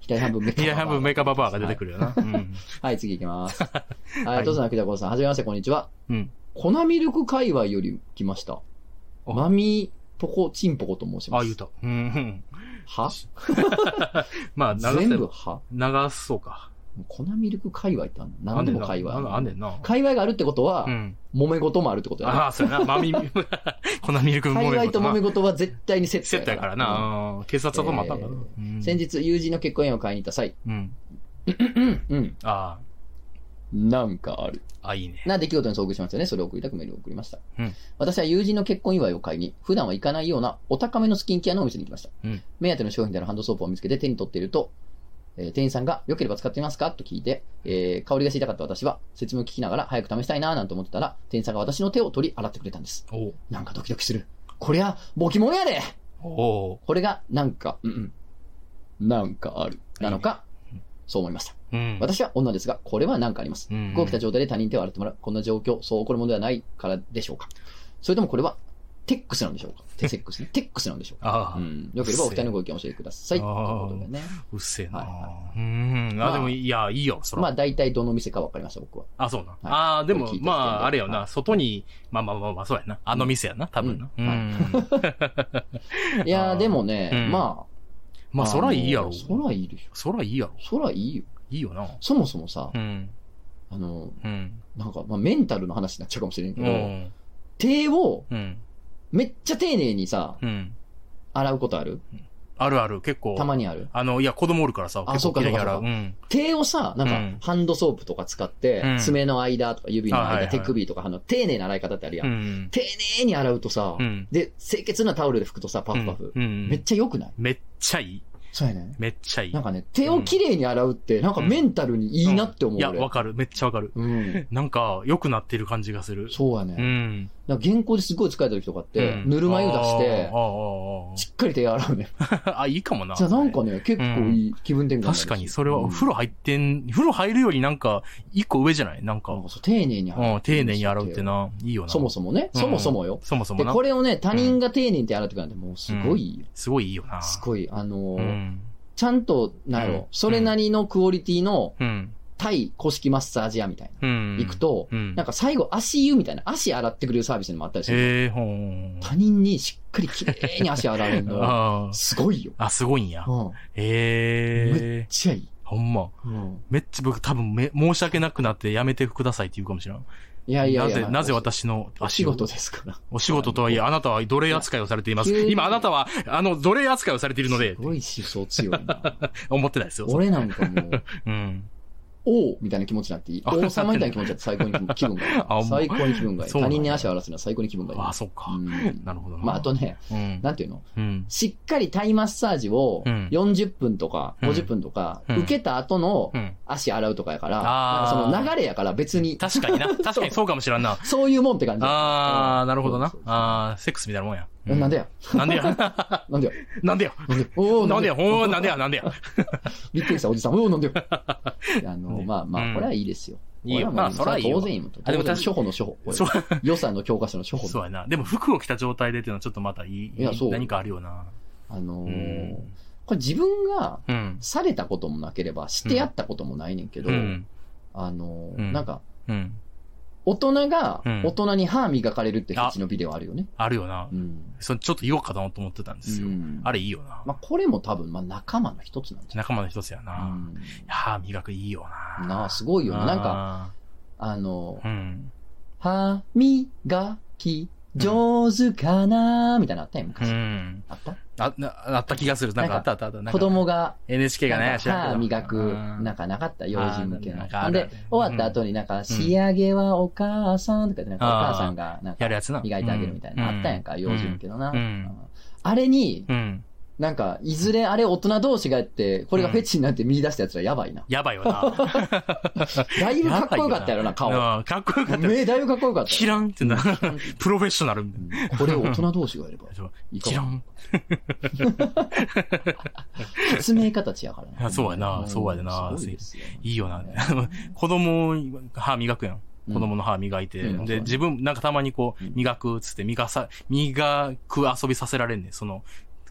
左半分メカババア。左半分メカババアが出てくるよな。うん。はい、次行き ます。ははいい、どうぞなくだこうさん。はじめまして、こんにちは。うん。粉ミルク界隈より来ました。おマミポコチンポコと申しあまあ、す。言うた。うん。はまあ、流全せ部、は流そうか。粉ミルク界隈ってあんのあ何んでねもんな。界隈。あんねんな。界隈があるってことはう、ん。揉め事もあるってことやな。ああ、そうや な。まみ、こんなミルク界もめ隈と事揉めな。事は絶対にセットセットやから。な。うん警察はどうもあったんかな。ううんん先。日、友人の結婚宴を買いに行った際、うん。うん、うん、あなんかある。あ、あ、いいね。な出来事に遭遇しましたね。それを送りたくメールを送りました。うん私は友人の結婚祝いを買いに、普段は行かないようなお高めのスキンケアのお店に行きました。うん目当ての商品であるハンドソープを見つけて手に取っていると、えー店員さんが、良ければ使ってみますかと聞いて、えー香りが知りたかった私は、説明を聞きながら早く試したいなぁなんて思ってたら、店員さんが私の手を取り洗ってくれたんです。おうなんかドキドキする。こりゃ、ボキモンやでおうこれが、なんか、うんうん。なんかある。なのか、そう思いました。うん。私は女ですが、これは何かあります。うんこうきた状態で他人に手を洗ってもらう。こんな状況、そう起こるものではないからでしょうか。それともこれは、テックスなんでしょうかテセックスね。テックスなんでしょうか。ああう。ん。よければお二人のご意見を教えてください。あというーことでね。うっせえな。はいはうん。まあ、あでも、いや、いいよ、そら。まあ大体どの店か分かりました、僕は。あ、そうな。ああ、でこもれ聞い、たまあ、あれよはな。い外に、まあまあまあまあ、そうやな。あの店やな、多分な。ううん ん。いやあーー、でもね、うんまあ。まあ、そらいいやあろ。のそらいいでしょ。そらいいやろ。そらいいよ。いいよな。そもそもさう、ん。あの、うん。なんか、まあメンタルの話になっちゃうかもしれんけうど、ん。手をうん。めっちゃ丁寧にさ、うん。洗うことあるあるある、結構。たまにある。あの、いや、子供おるからさ。あ結構そうか綺麗にやらそううかん。手をさ、なうんんか、ハンドソープとか使って、うん爪の間とか指のあはいはい間、手首とか、あの、丁寧な洗い方ってあるや。うんん。丁寧に洗うとさう、ん。で、清潔なタオルで拭くとさ、パフパフ。うん。めっちゃ良くないめっちゃいい。そうやね。めっちゃいい。なんかね、手をきれいに洗うって、なんかメンタルにいいなって思う。いや、俺わかる。めっちゃわかる。うん。なんか、良くなってる感じがする。そうやね。うん。なんか原稿ですごい疲れた時とかって、うんぬるま湯出してあ、ーしっかり手洗うね。あーあーあ、いいかもな。じゃあなんかね、結構いい気分転換になるし確かに、それは、お風呂入ってん、風呂入るよりなんか、一個上じゃないなんか、うんうなんかそう丁寧に洗ん、丁寧に洗うってな、いいよな。そもそもね、うんそもそもよ。そもそもで、な。これをね、他人が丁寧に手洗うってからね、もうすごいよ。すごいいいよな。すごい、あのうー、ん。ちゃんと、なんやうんろ、それなりのクオリティのうん。対古式マッサージ屋みたいな。うん。行く、と、うん。なんか最後足湯みたいな、足洗ってくれるサービスにもあったりする。へえ、ほん。他人にしっかり綺麗に足洗えるの、 あーすごいよ。あ、すごいんや。うん。めっへえ、ちゃいい。ほんま。うん。めっちゃ僕多分め、申し訳なくなってやめてくださいって言うかもしれん。いやいやいやなぜ、なぜまあ私のお足仕を事ですから。お仕事とはいえ、あなたは奴隷扱いをされています。急に今、あなたは、あの、奴隷扱いをされているので、すごい思想強い な。思ってないですよ。俺なんかもう、うん。王みたいな気持ちになっ ていい。あ王様みたいな気持ちになって最高に気分がいいあほんな。ま最高に気分がいい。そうな他んだ人に足を洗わせるのは最高に気分がいい。ああ、そっか。うんなるほどな。まあ、あとね、うん。なんていうのうん。しっかりタイマッサージをうん40分とかうん50分とかうん受けた後のうん。足洗うとかやから、あーなんかその流れやから別に、確か にな。確かにそうかもしらんな。そういうもんって感じ。ああ、なるほどなそうそう。そうああ、セックスみたいなもんや。うえなんでやなんでや。 なんでよな んでや。なんで よおーなんでや。ほー、なんでや、なんでや。びっくりしたおじさん。おおなん でよあの、ねまあまうんあ、これはいいですよ。いいよこれはもうまあそれはいいよ当然いいもん。あでも確かに処方の処方。これそう、予算の教科書の処方そうやな。でも服を着た状態でっていうのはちょっとまたいいいや、そう何かあるよな。あのーうんこれ自分がうん。されたこともなければ、してやったこともないねんけど、うん。あのーうんなんか、うん。大人がうん大人に歯磨かれるってうちのビデオあるよね。あるよなう。ん。それちょっと言おうかなと思ってたんですよう。んあれいいよな。まあ、これも多分、まあ、仲間の一つなんじゃ仲間の一つやない、な。歯磨くいいようんな。なあ、すごいよね。なんか、あのあー、うん。歯磨き上手かなみたいなのあったやん、う昔。ん。あったあ、な、あった気がする。なんかあなんったかあったあった。なんか子供が、 NHK がなね、んか歯磨く、なんか、かなかった幼児向けあーなんの。かあほんるで、終わった後になんか、仕上げはお母さんとかで、なんかお母さんが、なんやかるやつな。磨いてあげるみたいな、うあったやんか、幼児向けのな。ううんんあれに、うん。なんか、いずれあれ大人同士がやって、これがフェチになって見出したやつらやばいな。やばいよな。 だいぶかっこよかったやろな、顔。うんかっこよかったよ。目だいぶかっこよかったキよ。ランってな。プロフェッショナルみたいうんこれを大人同士がやればな。そういいかキラも。ン。説明形やからねあ そうやなんそうやでなすごいですよいいよな。子供、歯磨くやん。子供の歯磨いて、うんで、うん自分、なんかたまにこうう、ん磨くっつって、磨さ、磨く遊びさせられんねん。その、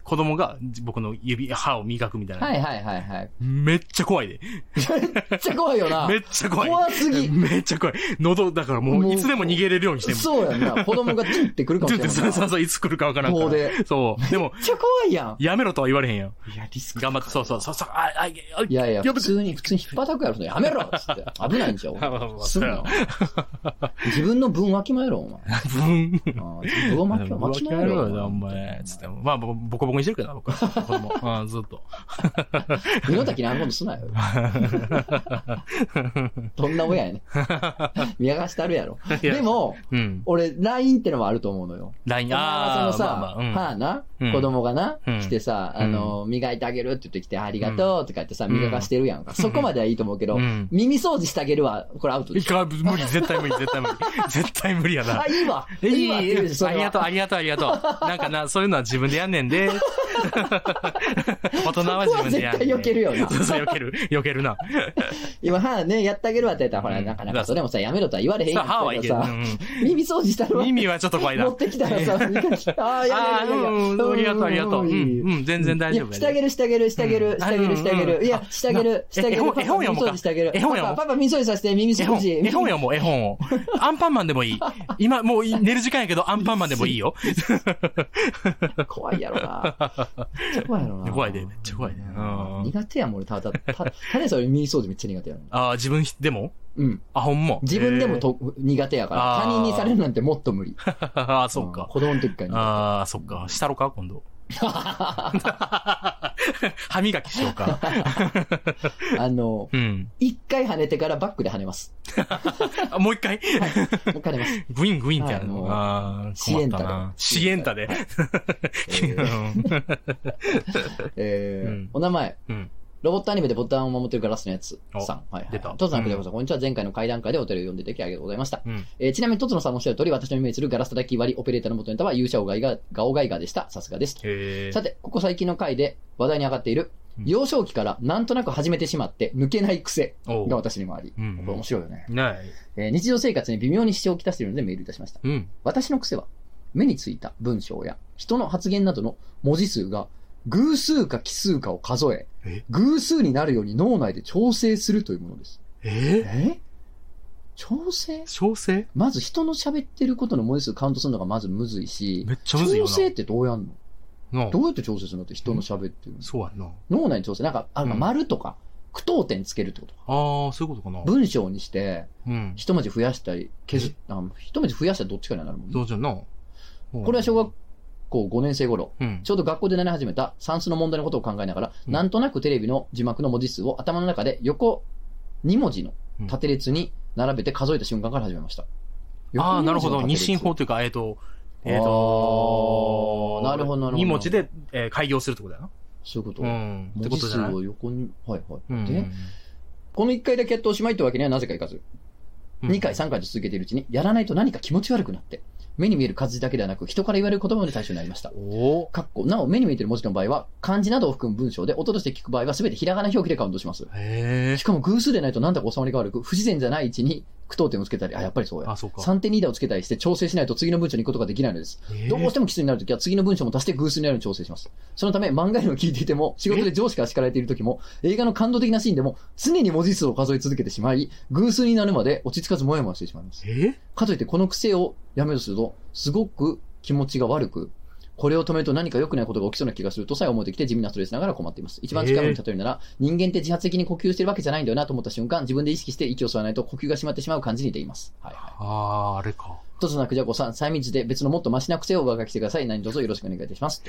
子供が僕の指、歯を磨くみたいな。はいはいはいはい。めっちゃ怖いで。めっちゃ怖いよな。めっちゃ怖い。怖すぎめっちゃ怖い。喉、だからももう、ういつでも逃げれるようにしても。そうやんな。子供がチュンってくるかもずしっれないと、そうそうそう、いつ来るかわからんか棒ら。で。そう。でも、めっちゃ怖いやん。やめろとは言われへんやん。いや、リスク。頑張って、そうそう、そうそう、あ、あ、あ、いやいや、やめ普て通に、普通に引っ叩くやろ、それやめろっつって。危ないんじゃん、 まあまあまあすんな。自分の分わきまえろ、お前。ブン。あー自分を巻きまえろ。お前。つって。まあ、ぼボコボコにしてるけどな、僕は。子供。 うん、ずっと。身の丈にあんこと すなよ。どんな親やねん。見やがしてあるやろ。いやでも、うん。俺、LINE ってのもあると思うのよ。 LINE、お前があそーのまあまさ、あ、うんはあなうん、子供がなうん、来てさ、あの、磨いてあげるって言ってきて、ありがとうとか言ってさ、うん磨かしてるやんか。そこまではいいと思うけどうん、耳掃除してあげるは、これアウトでいしょ。か、無理、絶対無理、絶対無理。絶対無理やなあ、。いいわ。えいいわって言うでしょ。ありがとう、う。ありがとう、ありがとう。なんかな、そういうのは自分でやんね んで。大人は自分でやんねそこは絶対ん。避けるよなそうそう、避ける。避けるな。今、歯ね、やってあげるわって言ったら、ほうら、んなかなかそれもさ、やめろとは言われへんさやあ、歯はいんけける。どうさ、ん耳掃除したるわ。耳はちょっと怖いな。持ってきたらさ、磨きあ あ、あやあ、めろやめろやめうん、ろありがとう、ありがとう。うん、うん、全然大丈夫いやしやでてあげる、してあげる、してあげる、してあげうんる、してあげうんる。いや、してあげなる、してあげ絵る。本パパ絵本読もうか耳掃除してあげる。絵本読もうパパ、パパ、耳掃除させて、耳絵掃本、除。絵本やもう、絵本を。アンパンマンでもいい。今、もうい寝る時間やけど、アンパンマンでもいいよ。怖いやろ な。めっちゃ怖いやろな。怖いでめっちゃ怖いでうん苦手やもん、俺、ただ、たただそれ耳掃除めっちゃ苦手やろ。ああ、自分でもうん。あ、ほんま。自分でもと苦手やから、あー他人にされるなんてもっと無理。えー。 ああ、 そうんか。子供の時から苦手 ああ、そっか。したろか、今度。 歯磨きしようか。あの、うん。一回跳ねてからバックで跳ねます。あもう 一もう回、一回跳ねます。 グイングインってやるの。はいああ、シエ困っンたタでな。シエンタで。えーうんお名前。うんロボットアニメでボタンを守ってるガラスのやつおさん。はい、はい。出たトツノさん、こんにちは。前回の会談会でお便りを読んでいただきありがとうございました。うんえーちなみに、トツノさんのおっしゃる通り、私のイメージするガラス叩き割りオペレーターの元ネタは、勇者オガイガ、ガオガイガでした。さすがです。へさーて、ここ最近の回で話題に上がっている、うん幼少期からなんとなく始めてしまって、抜けない癖おがう私にもあり、うこれ面ん。白いよね。ない。えー日常生活に微妙に支障をきたしているのでメールいたしました。うん。私の癖は、目についた文章や人の発言などの文字数が偶数か奇数かを数ええ、偶数になるように脳内で調整するというものです。ええ調整調整まず人の喋ってることの文字数カウントするのがまずむずいし、めっちゃむずいよ調な。整ってどうやんのなあどうやって調整するのって人の喋ってるの、そうやんな。脳内に調整。なんか、あの、うん丸とか、句読点つけるってことか。ああ、そういうことかな。文章にして、うん。一文字増やしたり、削っあ一文字増やしたらどっちかになるもんねどうじゃんな。ここれは小学校5年生頃、うんち。ょうど学校で習い始めた算数の問題のことを考えながら、うんなんとなくテレビの字幕の文字数を頭の中で横2文字の縦列に並べて数えた瞬間から始めました。ああ、なるほど。横二文日字の進縦列法というか、えっと、あーえっと、なるほどなるほど2文字で、えー開業するってことだな。そういうこと。うん。っ文てこ字とじ数ゃないを横に、はいはい。うんで、この1回だけやっておしまいというわけにはなぜかいかず、うん2回3回と続けているうちに、やらないと何か気持ち悪くなって、目に見える数字だけではなく、人から言われる言葉まで対象になりました。おーかっこなお、目に見えてる文字の場合は、漢字などを含む文章で、音として聞く場合は全てひらがな表記でカウントします。へえし。かも偶数でないとなんだか収まりが悪く、不自然じゃない位置に句読点をつけたり、あ、やっぱりそうや。あ、そうか。 3点リーダーをつけたりして調整しないと次の文章に行くことができないのです。へーどうしても奇数になるときは次の文章も足して偶数になるように調整します。そのため、漫画への聞いていても、仕事で上司から叱られているときも、映画の感動的なシーンでも、常に文字数を数え続けてしまい、偶数になるまで落ち着かずもやもやしてしまいます。えーかといってこの癖をやめようとすると、すごく気持ちが悪く、これを止めると何か良くないことが起きそうな気がするとさえ思えてきて地味なストレスながら困っています。一番近いものに例えるなら、人間って自発的に呼吸してるわけじゃないんだよなと思った瞬間、自分で意識して息を吸わないと呼吸が締まってしまう感じに似ています。はいはい。ああ、あれか。一つなくじゃこさん、催眠術で別のもっとマシな癖を上書きしてください。何卒よろしくお願いいたします。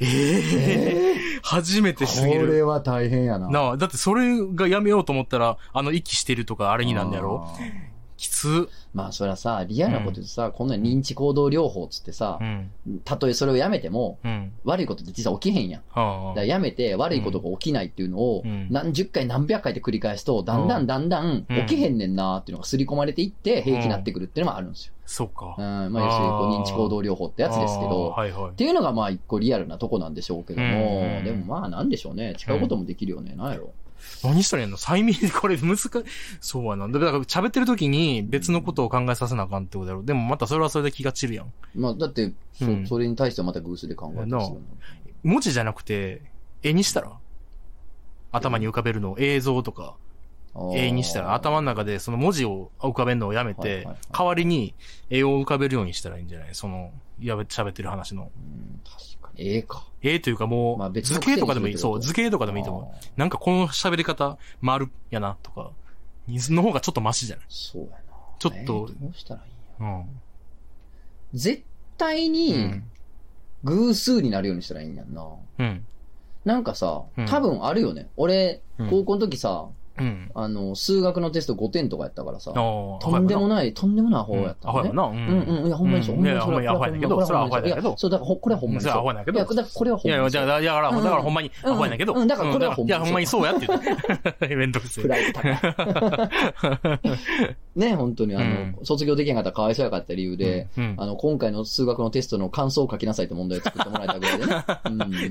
ええ。初めてしすぎる。は大変やななあ、だってそれがやめようと思ったら、あの、息してるとかあれになるんだやろあーきつ。まあそりゃさ、リアルなこと言うとさ、こんな認知行動療法っつってさう、ん。たとえそれをやめても、うん。悪いことって実は起きへんやん。あだかあら。やめて悪いことが起きないっていうのをうん何十回何百回って繰り返すと、だんだうんんだんだんうん起きへんねんなーっていうのが刷り込まれていって平気になってくるっていうのもあるんですよ。そうかうん。。まあ要するにこう認知行動療法ってやつですけどあ、ーはいはいっ。ていうのがまあ一個リアルなとこなんでしょうけどうんうもん、でもまあなんでしょうね。違うこともできるよね。なんやろ。何したらいいの催眠、 これ難しい。そうやな。だから喋ってる時に別のことを考えさせなあかんってことだろ。でもまたそれはそれで気が散るやん。まあだって、そうんそれに対してはまた偶数で考えたりするの文字じゃなくて、絵にしたら頭に浮かべるのを映像とか、あー絵にしたら頭の中でその文字を浮かべるのをやめはいはいてはい、代わりに絵を浮かべるようにしたらいいんじゃないその、やべ、喋ってる話の。うん確かに。ええか。絵というかもまあう、別図の癖に形とかでもいい。するってそことう、図形とかでもいいと思う。あーなんかこの喋り方、丸やなとか、の方がちょっとマシじゃないそうやな。ちょっとえーどうしたらいいんや。うん。絶対うにん。偶数になるようにしたらいいんやんな。うん。なんかさうん、多分あるよね。俺、うん高校の時さ、うん。あの、数学のテスト5点とかやったからさ、ああ、とんでもなないい、とんでもない方方やったアホのやね。な。ううんうん、いや、ほんまにそう、ほんまいにや、ほんまにアホやねんけど、それはアホやねんけど。そう、だからほ、これはほんまにそれはアホやねんけどいや、だからこれはほいんまや、にじそゃあ、う。だから、だからほんまにアホやねんけど。うんうんだからこれはほんまにいや、ほんまにそうやって言って。めんどくせプライド高い。 ね、本当に、あの、うん卒業できなかったらかわいそうやかった理由え。で、うん、あの、今回の数学のテストの感想を書きなさいって問題を作ってもらえたぐらいで ね。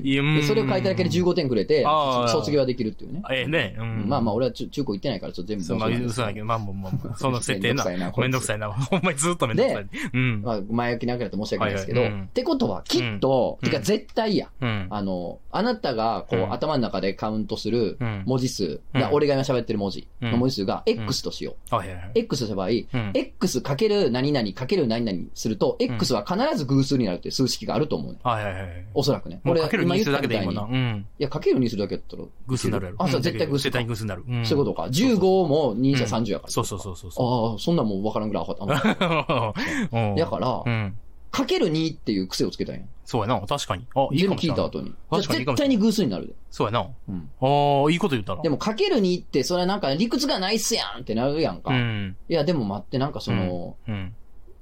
うんいやうんでそれを書いただけで15点くれてあー、卒業はできるっていうね。ええね。うん。まあまあ、あ、俺は中中高行ってないから、ちょっと全部そう、まあ、嘘だけど、まあまあまあまあ、その設定な。めめんんどどくくささいな。ほんまにずっとめんどくさい。うん。まあ、前置きなくなって申し訳ないですけど、はいはいうんってことは、きっと、うんてか絶対や。うん。あの、あなたが、こう、うん頭の中でカウントするうん。文字数、うんな俺が今喋ってる文字うんの文字数がん X としよう。あ、はいはいはい。 X とした場合、うん。 X かける何々かける何々すると、ん X は必ず偶数になるっていう数式があると思うね。はいはいはい。おそらくね。もうかける今言2っ数ただけみでいたいいもんに。いな。うん。や、かける2するだけだったら、偶数になるやろ。あ、そう、うん絶対偶数絶か対。偶数になる。うん。そういうことか。15も2じゃ30やから。そうそうそうそう。ああ、そんなんもう分からんぐらいアホやった。 うんだからう、ん。かける2っていう癖をつけたんや。そうやな、確かに。あ、いいゼロかもし聞れいたない。後に。確じかゃあに絶対にいいかもしれな偶数になるで。そうやな。あうん。あ、いいこと言ったな。でも、かける2って、それはなんか理屈がないっすやんってなるやんか。いうん。や、でも待って、なんかその、うん。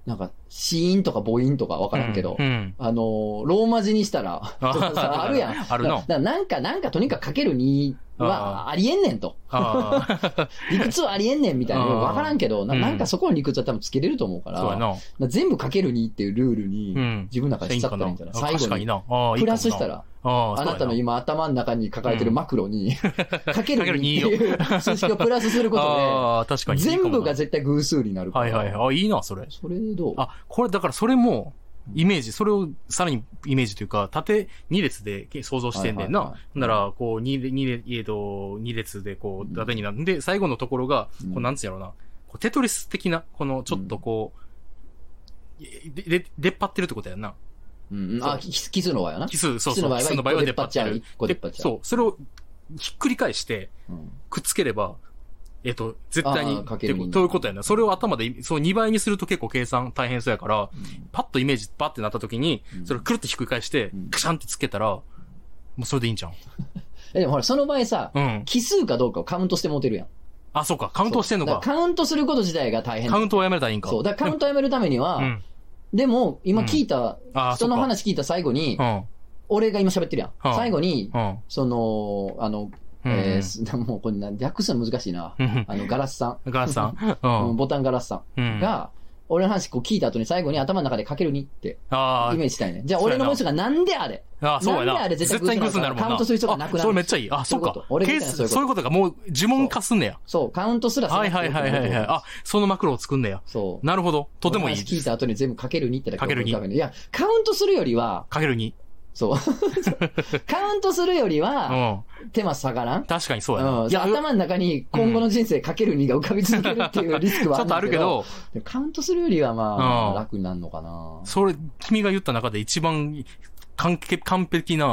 なんか、死因とか母音とかわからんけど、うん。あのーローマ字にしたら、とかさあるやん。 あるな だからなんか、なんかとにかくかける2はありえんねんと。ああ、理屈はありえんねんみたいな。あーわからんけどな、うんなんかそこの理屈は多分つけれると思うから、そうやな。な全部かける2っていうルールにうん自分の中でしちゃったらいいんじゃない、最確後かにに。な。ああ、いいプラスしたら、ああなたの今頭の中に抱えてるマクロに、 かけるかけ2る二っていう 数式をプラスするこああ、確とかで、に。全部が絶対偶数になるかはいら。はいはい。あ、いいな、それ。それでどうあ、これ、だからそれも、イメージ、それをさらにイメージというか、縦2列で想像してんねんはいはないはい。なら、こう、2列、二列えーと二列でこうんう、縦になるんで、最後のところが、うんこう、なんつうやろうな、こうテトリス的な、この、ちょっとこう、で、で出っ張ってるってことやんな。うんうん、あ、キスキスの場合はな。奇数、そう奇数のそ場合う。は奇数の場合は出っ張って一る。個出っ張っちゃう一個出っ張っちゃうそう、それをひっくり返して、うんくっつければ、えっと、絶対あにー、かけるって二ということやな。それを頭で、そう2倍にすると結構計算大変そうやから、パッとイメージパッてなった時にう、んそれをくるってひっくり返してうん、クシャンってつけたら、もうそれでいいんじゃん。えでもほら、その場合さ、うん。奇数かどうかをカウントして持てるやん。あ、そうか。カウントしてんのだか。らカウントすること自体が大変カ。ウントをやめたらいいんか。そう。だからカウントをやめるためには、うん。でも、今聞いた、あー人のそっか話聞いた最後にう、ん。俺が今喋ってるやん。うん最後に、うん。その、あの、うんえーす、もうこれな、略すの難しいな。うん。あの、ガラスさガーさ ん。ん、うんうボタンガラスさん。うんん。が、俺の話こう聞いた後に最後に頭の中でかける2ってあイーメージしたいね。じゃあ俺の文章がなんであれあー、そうなんやであな。れ絶対絶対にグースになるもんな。カウントする人がなくなるあそれめっちゃいい。あ、そそうういうことか。俺みたケいーなス、そういうことそういうことか。もう呪文化すんねや。そう、カウントすらはいはいはいはいはい。あ、そのマクロを作んねや。そう。なるほど。とてもい俺いの話聞でいす。た後に全部かける2ってだけかける二思い浮かべいや、カウントするよりは、かける2。そう。 カウントするよりうは、ん。手間下がらん確かにそうやな。うん、頭の中に今後の人生かける2が浮かび続けるっていうリスクはちょっとあるけど、でもカウントするよりはまあ、うん楽になるのかな。それ、君が言った中で一番完璧、完 璧な、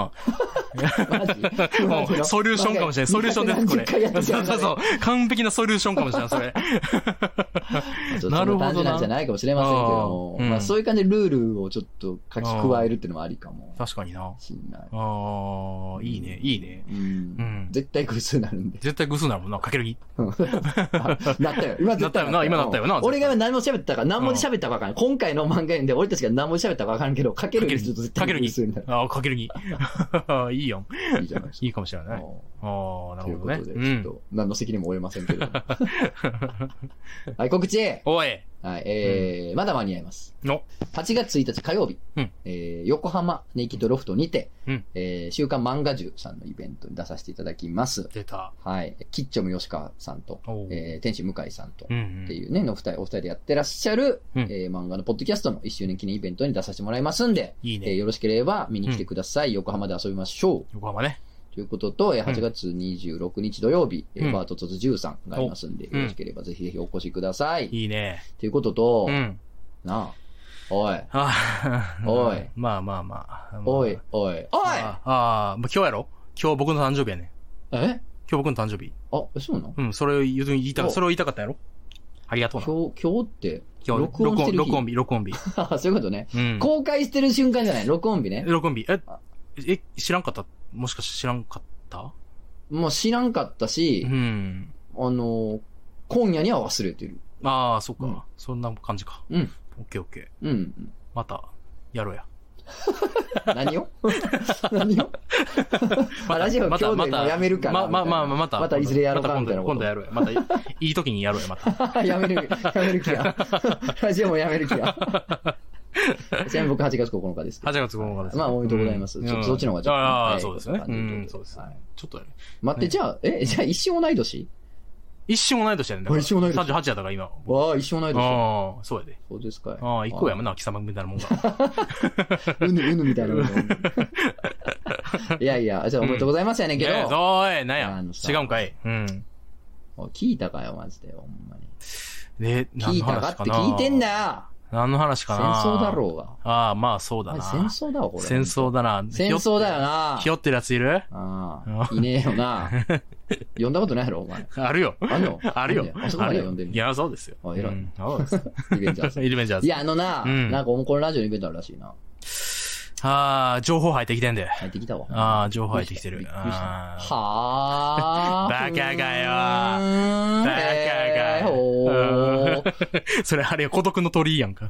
マジうんソリューションかもしれない。ソリューションです、こ230回やってれ。きそたかう そらうそう。完璧なソリューションかもしれない、そ れ。ちょっとなるほどなそん感じなんじゃないかもしれませんけども、うんまあ、そういう感じでルールをちょっと書き加えるっていうのもありかも確かにな。しんない。ああ、いいね、いいね。う。うんん。絶対偶数になる んで。絶対偶数なるもんな、かける2。あなったよ。今絶対なったよな今なったよなうん俺が何も喋ったか、何文字喋ったかわからん。今回の漫画で俺たちが何文字喋ったかわからんけど、かけるにすると絶か対ける偶数にな2。る。ああ、かけ る2。いいやん。いいじゃないですかいいかもしれない。うんああ、なといるうこほどね。とで、ちうょっん。と何の責任も負えませんけれども。はい、告知はい、 おい。えー、まだ間に合います。の。 8月1日火曜日、うんえー横浜ネイキッドロフトにて、うんえー週刊漫画獣さんのイベントに出させていただきます。出た。はい、キッチョム吉川さんと、おうえー天使向井さんと、うんっうてん。いうね、の二人、お二人でやってらっしゃる、うんえー漫画のポッドキャストの1周年記念イベントに出させてもらいますんで、いいえーね。よろしければ見に来てください。横浜で遊びましょう。横浜ね。ということと、えーうん8月26日土曜日、えーうんバートツツ10さんがいますんで、おうんよろしければぜひぜひお越しください。いいね。ということとう、ん。なあ、おい、ああ。おい。まあまあまあ。おい、おい、おいああ、まあ今日やろ今日僕の誕生日やね。え今日僕の誕生日。あ、えそうなのうん、それを言う言いたおか、それを言いたかったやろありがとうな。今日、今日 って、今日、録音してる日録音日、録音日。あそういうことね。うん。公開してる瞬間じゃない、録音日ね。録音日。え、え、知らんかったもしかして知らんかったもう知らんかったしう、ん。あのー今夜には忘れてる。ああ、そっうんか。そんな感じか。うん。オッケーオッケうんー。うん。また、やろうや。何 を何を あラジオ今また日でもまたうやめるから。ま、ま、まあ、まあ、また。またいずれやろうかまたみた今いな度、こと今度やろうや。また、いい時にやろうや、また。やめる、やめる気や。 ラジオもやめる気や。 ちなみに僕8月9日ですけど。 8月9日です。まあおめでとうございますうんちょっとそっちの方がちょっとねあはあ、いそうですね。こうんな感じでん、そうですはいね。ちょっと、待って、ねじゃあ、え、じゃあ一生同い年一生同い年やねんだから。あ一生同い年38やったから、今。わあ、一生同い年。ああ、そうやで。そうですかい。ああ、一個やもんな、貴様みたいなもん が。うぬ、うぬみたい なもの。いやいや、じゃあおめでとうございますやねんいけやいやど。おい、なあんや。のさ違うんかい。うん。おい聞いたかよ、マジで。ほんまに。で、聞いたかって聞いてんだよ何の話か戦な争だろうが。ああ、まあそうだおな。前戦争だわ、これ。戦争だな。戦争だよなひ。よってるやついるああいねえよ な。呼んだことないやろ、お前。あるよ。あんの あるよなん。であそこあまるでよ呼んでるいや、そうですよ。あ偉いうんそうです。リベンジャーズ。イルベンジャーいズ。や、あのな、うんなんか、このラジオのイベントあるらしいな。ああ、情報入ってきてんで。入ってきたわ。ああ、情報入ってきてるびっ。くりしたあーはあ。バカがよババカがほー。それあれよ、孤独の鳥居やん か。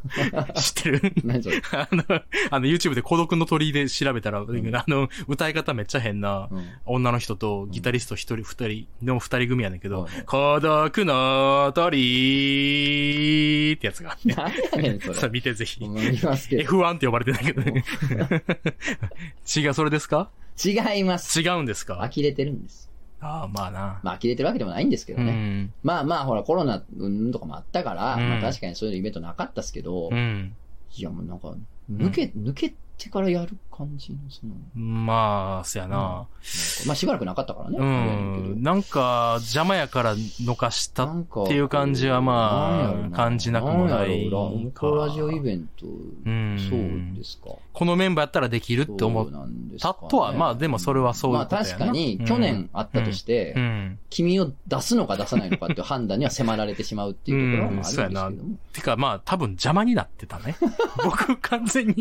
知ってる何それ。あの、あの、YouTube で孤独の鳥居で調べたら、あの、歌い方めっちゃ変な。うん女の人とギタリスト一人二人の二人組やねんけどはいはい、孤独の鳥ってやつがあって。何やねん、そさあれ。見てぜひ。見ますけど。 F1 って呼ばれてないけどね。 違う、それですか違います。違うんですか呆れてるんです。ああ、まあな。まあ、呆れてるわけでもないんですけどうね。ん。まあまあ、ほら、コロナうんとかもあったから、うんまあ確かにそういうイベントなかったっすけど、うん。いや、もうなんか、抜け、抜けてからやる感じの、その、なんかまあ、そやな。まあしばらくなかったからね。うあれやるけん。どなんか、邪魔やからのかしたっなんかていう感じはまあなんやろな感じなくもないんやろ裏かラジオイベント、んそうですか。このメンバーやったらできるって思そうう。なんですかねたとはまあでもそれはそういうまあことやな確かにう、ん去年あったとして、うん。君を出すのか出さないのかっていう判断には迫られてしまうっていうところもあるんですけども。てかまあ、多分邪魔になってた ね。僕完全に。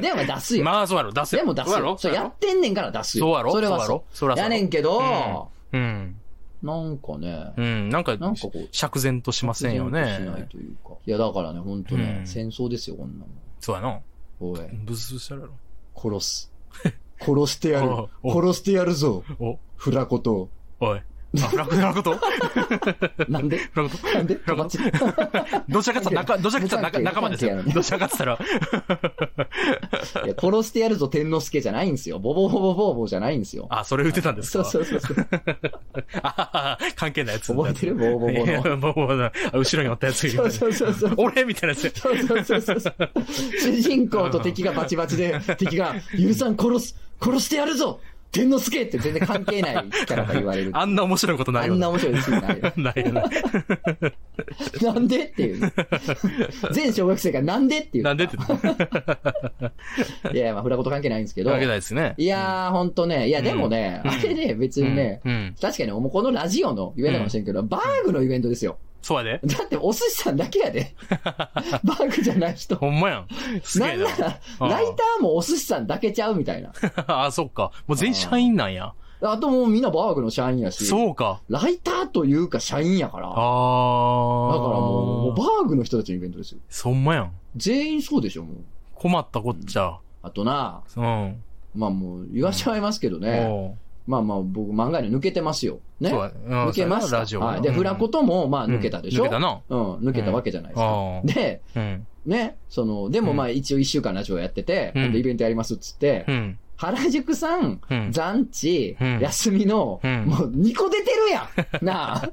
でも出すよ。まあ、そうやろ、出せでも出すそうやろよ。それやってんねんから出すよ。そうやろそれはそうやろそそらう。そうややろねんけど、うん。なんかねう、ん、なんか、なんかこう釈然としませんよ全然しないね。というか。いや、だからね、ほんとねう、ん戦争ですよ、こんなの。そうやな。おい、ブスブスしたやろ。殺す。殺してやる おう。お殺してやるぞ、お、フラコと。おい。あ、フラグ、フラ グとフなんでラグとなんでフラ友グ 達とどちらかって言ったら仲、どちらかって言ったら仲仲間ですよ。どちらかって言ったら。いや殺してやるぞ、天之助じゃないんですよ。ボボボボボボじゃないんですよ。あ、それ打てたんですそうかそうそうそう。あ関係ないやつ。覚えてるボボボボいやの。ボボボの。あ後ろにおったやついそうる。そうそうそう。俺みたいなやつ。そうそうそうそうそう。主人公と敵がバチバチ で、敵が、ゆうさん殺す、殺してやるぞ天之助って全然関係ないキャラが言われる。あんな面白いことなあいんよね。な面白いシーンないよ。 ないよね。 なんでって いう。全小学生がなんでっていう。なんでって言ったいやいや、まあ、フラこと関係ないんですけど。わけないいですね。やー、ほんとね。いや、でもね、うんあれね、別にね、うん。うん。確かに、もうこのラジオのイベントかもしれんけど、バーグのイベントですよ。そうやで。だって、お寿司さんだけや で。バーグじゃない人。ほんまやん。すげなえんなら、うんライターもお寿司さんだけちゃうみたいな。な。 あ、そっか。もう全社員なんや。あともうみんなバーグの社員やし。そうか。ライターというか社員やから。だあからー。もう、もうバーグの人たちのイベントですよ。そんまやん。全員そうでしょ、もう。困ったこっちゃ。あとな、うん。まあもう言わしちゃいますけどね。もまあまあ僕漫画に抜けてますよ。うね。そうやうん抜けまそすうやなラジオ。はい。で、フラコとともまあ抜けたでしょ。抜けたな。うん、抜けたわけじゃないですか。あーで、うん。ね、その、でもまあ一応一週間ラジオやってて、うん今度イベントやりますっつって、うん。原宿さん、うん。ザンチうん、休みの、うんもう2個出てるや んなあ。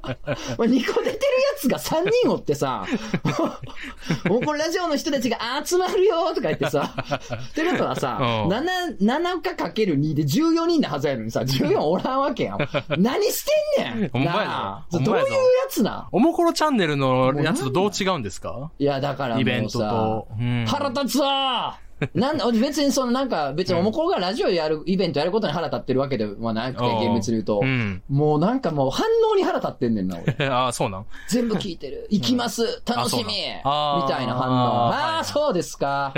お前2個出てるやつが3人おってさ、 もうこれラジオの人たちが集まるよとか言ってさ、ってことはさ、うん7、7かかける2で14人なはずやのにさ、14おらんわけやん。何してんねんほんまやななあほどんうまいうややなつなんおもころチャンネルのやつとどう違うんですかいや、だからもイベうントさと、。うん腹立つわなん俺別にそのなんか、別におもころがラジオやる、イベントやることに腹立ってるわけではなくて、うん厳密に言うと。うん。もうなんかもう反応に腹立ってんねんな、 俺。ああ、そうなん。全部聞いてる。行き ます。楽しみ。みあそうなんあーたいな反応。はいああー、そうです か。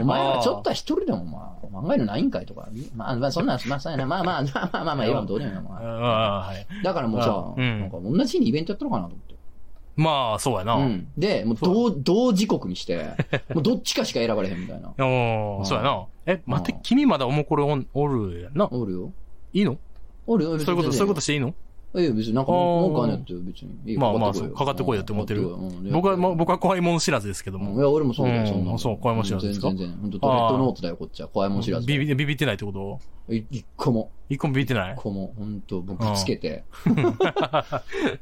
お前らちょっとは一人でも、まあ、漫画のないんかいとか。まあ、まあ、そんなん、まあ、そうやな。まあまあ、まあまあまあまあ、今もどうでもいいな、あまあ、はい。あ。だからもうさ、うんなんか同じ日にイベントやったのかなと思って。まあ、そうやな。う。うんで、もう同、同時刻にして、もうどっちかしか選ばれへんみたい な。おーそうやな。え、待って、君まだおもころおんおるやんな。おるよ。いいのおるよ。そういうこと、そういうことと。していいのええ、別に、なんかあー文句あんねやって別に。いいよまあまあってこいよそうかかってこいよって思ってるうんうん僕は、まあ僕は怖いもの知らずですけどいも。や、俺もそうだうよ、んそんなの。そう怖いもん知らずですか全然、全然。本当ドレッドノートだよ、こっちは。怖いもん知らずだビよ。ビビビってないってことい一個も、一個もビビってな一い個も、本当ぶつけ て。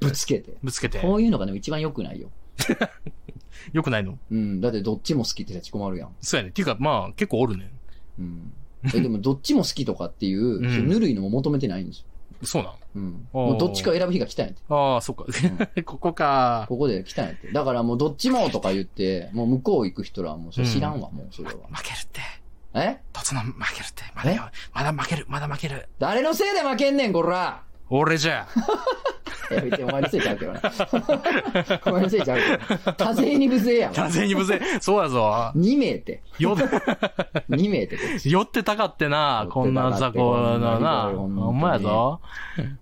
ぶつけて。ぶつけて。こういうのがね、一番良くないよ。よくないのうん、だってどっちも好きって立ち込まるやん。そうやね。っていうか、まあ、結構おるね。うん。え、でもどっちも好きとかっていう、んそういうぬるいのも求めてないんですよ。そうなうん。おーもうどっちか選ぶ日が来たんやて。のああ、そっか。 ここか。ここで来たんやて。だからもうどっちもとか言って、もう向こう行く人らはもうそれ知らんわ、もうそれは。負けるって。えとつの負けるって。まだよ。まだ負ける。まだ負ける。誰のせいで負けんねん、こら俺じゃ。やめて、お前のせいちゃうけどな。お前のせいちゃうけど。多勢に無勢やわ。完全に無勢。そうやぞ。 2名って。よ、 2名ってこっち。酔ってたかってな、こんな雑魚の酔っな。てたかってほほんまにんまやぞ。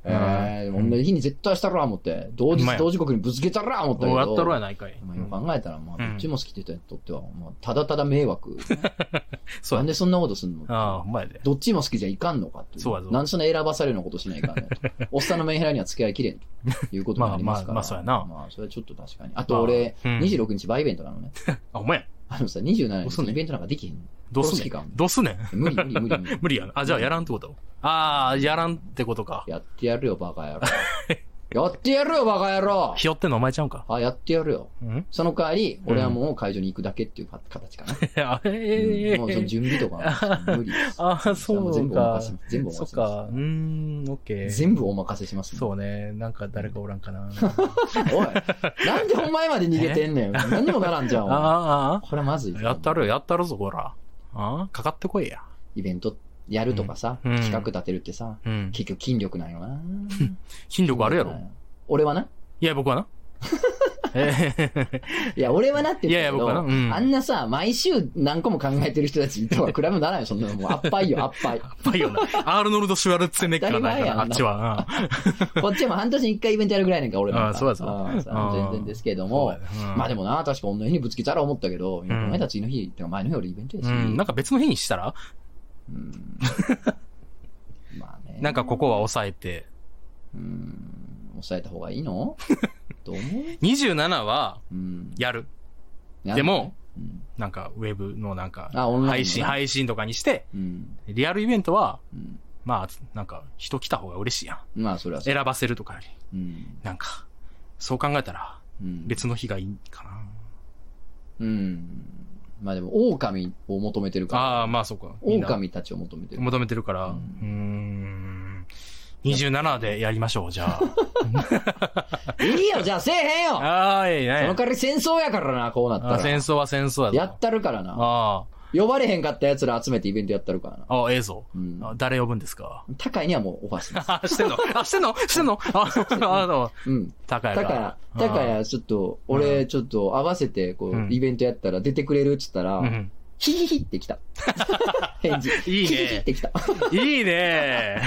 えー、でも同じ日に絶対したら思って。同日ほんまや同時刻にぶつけたら思ったけどど。うやったろやないかい。まあ今考えたら、まうあ、んどっちも好きって人にとっては、まあ、ただただ迷惑。 そうなやんね。でそんなことすんのああ、ほんまやで。どっちも好きじゃいかんのかっていう。そうやぞなんでそんな選ばされるようなことしないかんの と。おっさんのメンヘラには付き合いきれんということになりますから。まあまあまあそうやなまあ、それはちょっと確かに。あと俺、まあうん26日バイベントなのね。あ、お前、あのさ、27日遅いねイベントなんかできへんのどうす好んきねかん。どうすんねん。無理無理無理無理。無理やな。あ、じゃあやらんってことああ、やらんってことか。やってやるよ、バカ 野郎。やってやるよ、バカ野郎ひよってんのお前ちゃうんか。あ、やってやるよ。うんその代わり、俺はもう会場に行くだけっていうか形かな。 あうんもうそのええ。準備と か無理です。ああ、そ全う部おか任せ。全部お任せそっか。うーん、オッケー。全部お任せしますね、そうね。なんか誰かおらんか な。おい、なんでお前まで逃げてんねん。何にもならんじゃんお前。ああ、これはまずい。やったるやったるぞ、こら。ああ、かかってこいや。イベントやるとかさ、うん企画立てるってさ、うん。結局筋力なんよな。筋 力あるやろ。。俺はな。いや、僕はな。ええいや、俺はなって言ったけど、いやいや僕はなうんあんなさ、毎週何個も考えてる人たちとは比べもならないよ、そんなの。もう、あっぱいよ、あっ ぱい。やっぱいよな。アーノルド・シュワルツェネッカーないから、あっちは。こっちも半年に一回イベントやるぐらいねんか、俺なんかあそうだそうだんさ全然ですけども。まあでもな、確か女の日にぶつけたら思ったけど、今この間次の日、てか前の日俺イベントやし。うん、なんか別の日にしたらうんまあね。なんかここは抑えて。うん、抑えた方がいいのどう思う27は、うん。やる。やんないでも、うん、なんか、ウェブのなんか、あ、オンラインのね配信、配信とかにして、うん。リアルイベントは、うん。まあ、なんか、人来た方が嬉しいやん。まあ、それはそう。選ばせるとかより。うん。なんか、そう考えたら、うん。別の日がいいかな。うん。まあでも、狼を求めてるから。ああ、まあそうか。みんな狼たちを求めてる。求めてるから、ううんーん。27でやりましょう、じゃいいよ、じゃあせえへんあ。よああ、いいそのね。代わり戦争やからな、こうなったあら。戦争は戦争やぞ。やったるからな。あ呼ばれへんかった奴ら集めてイベントやったるからな。あ、ああ、ええぞ。うん。あ誰呼ぶんですか高いにはもうオファー します。あ、 してんのあ、してんのしてんのあ、あの、うん。高谷だがか。ら、だから、ちょっと、俺、ちょっと合わせて、こうんう、イベントやったら出てくれるっつったうんうら、んヒヒヒってき た。返事。いいヒヒヒっね。てきた。いいね。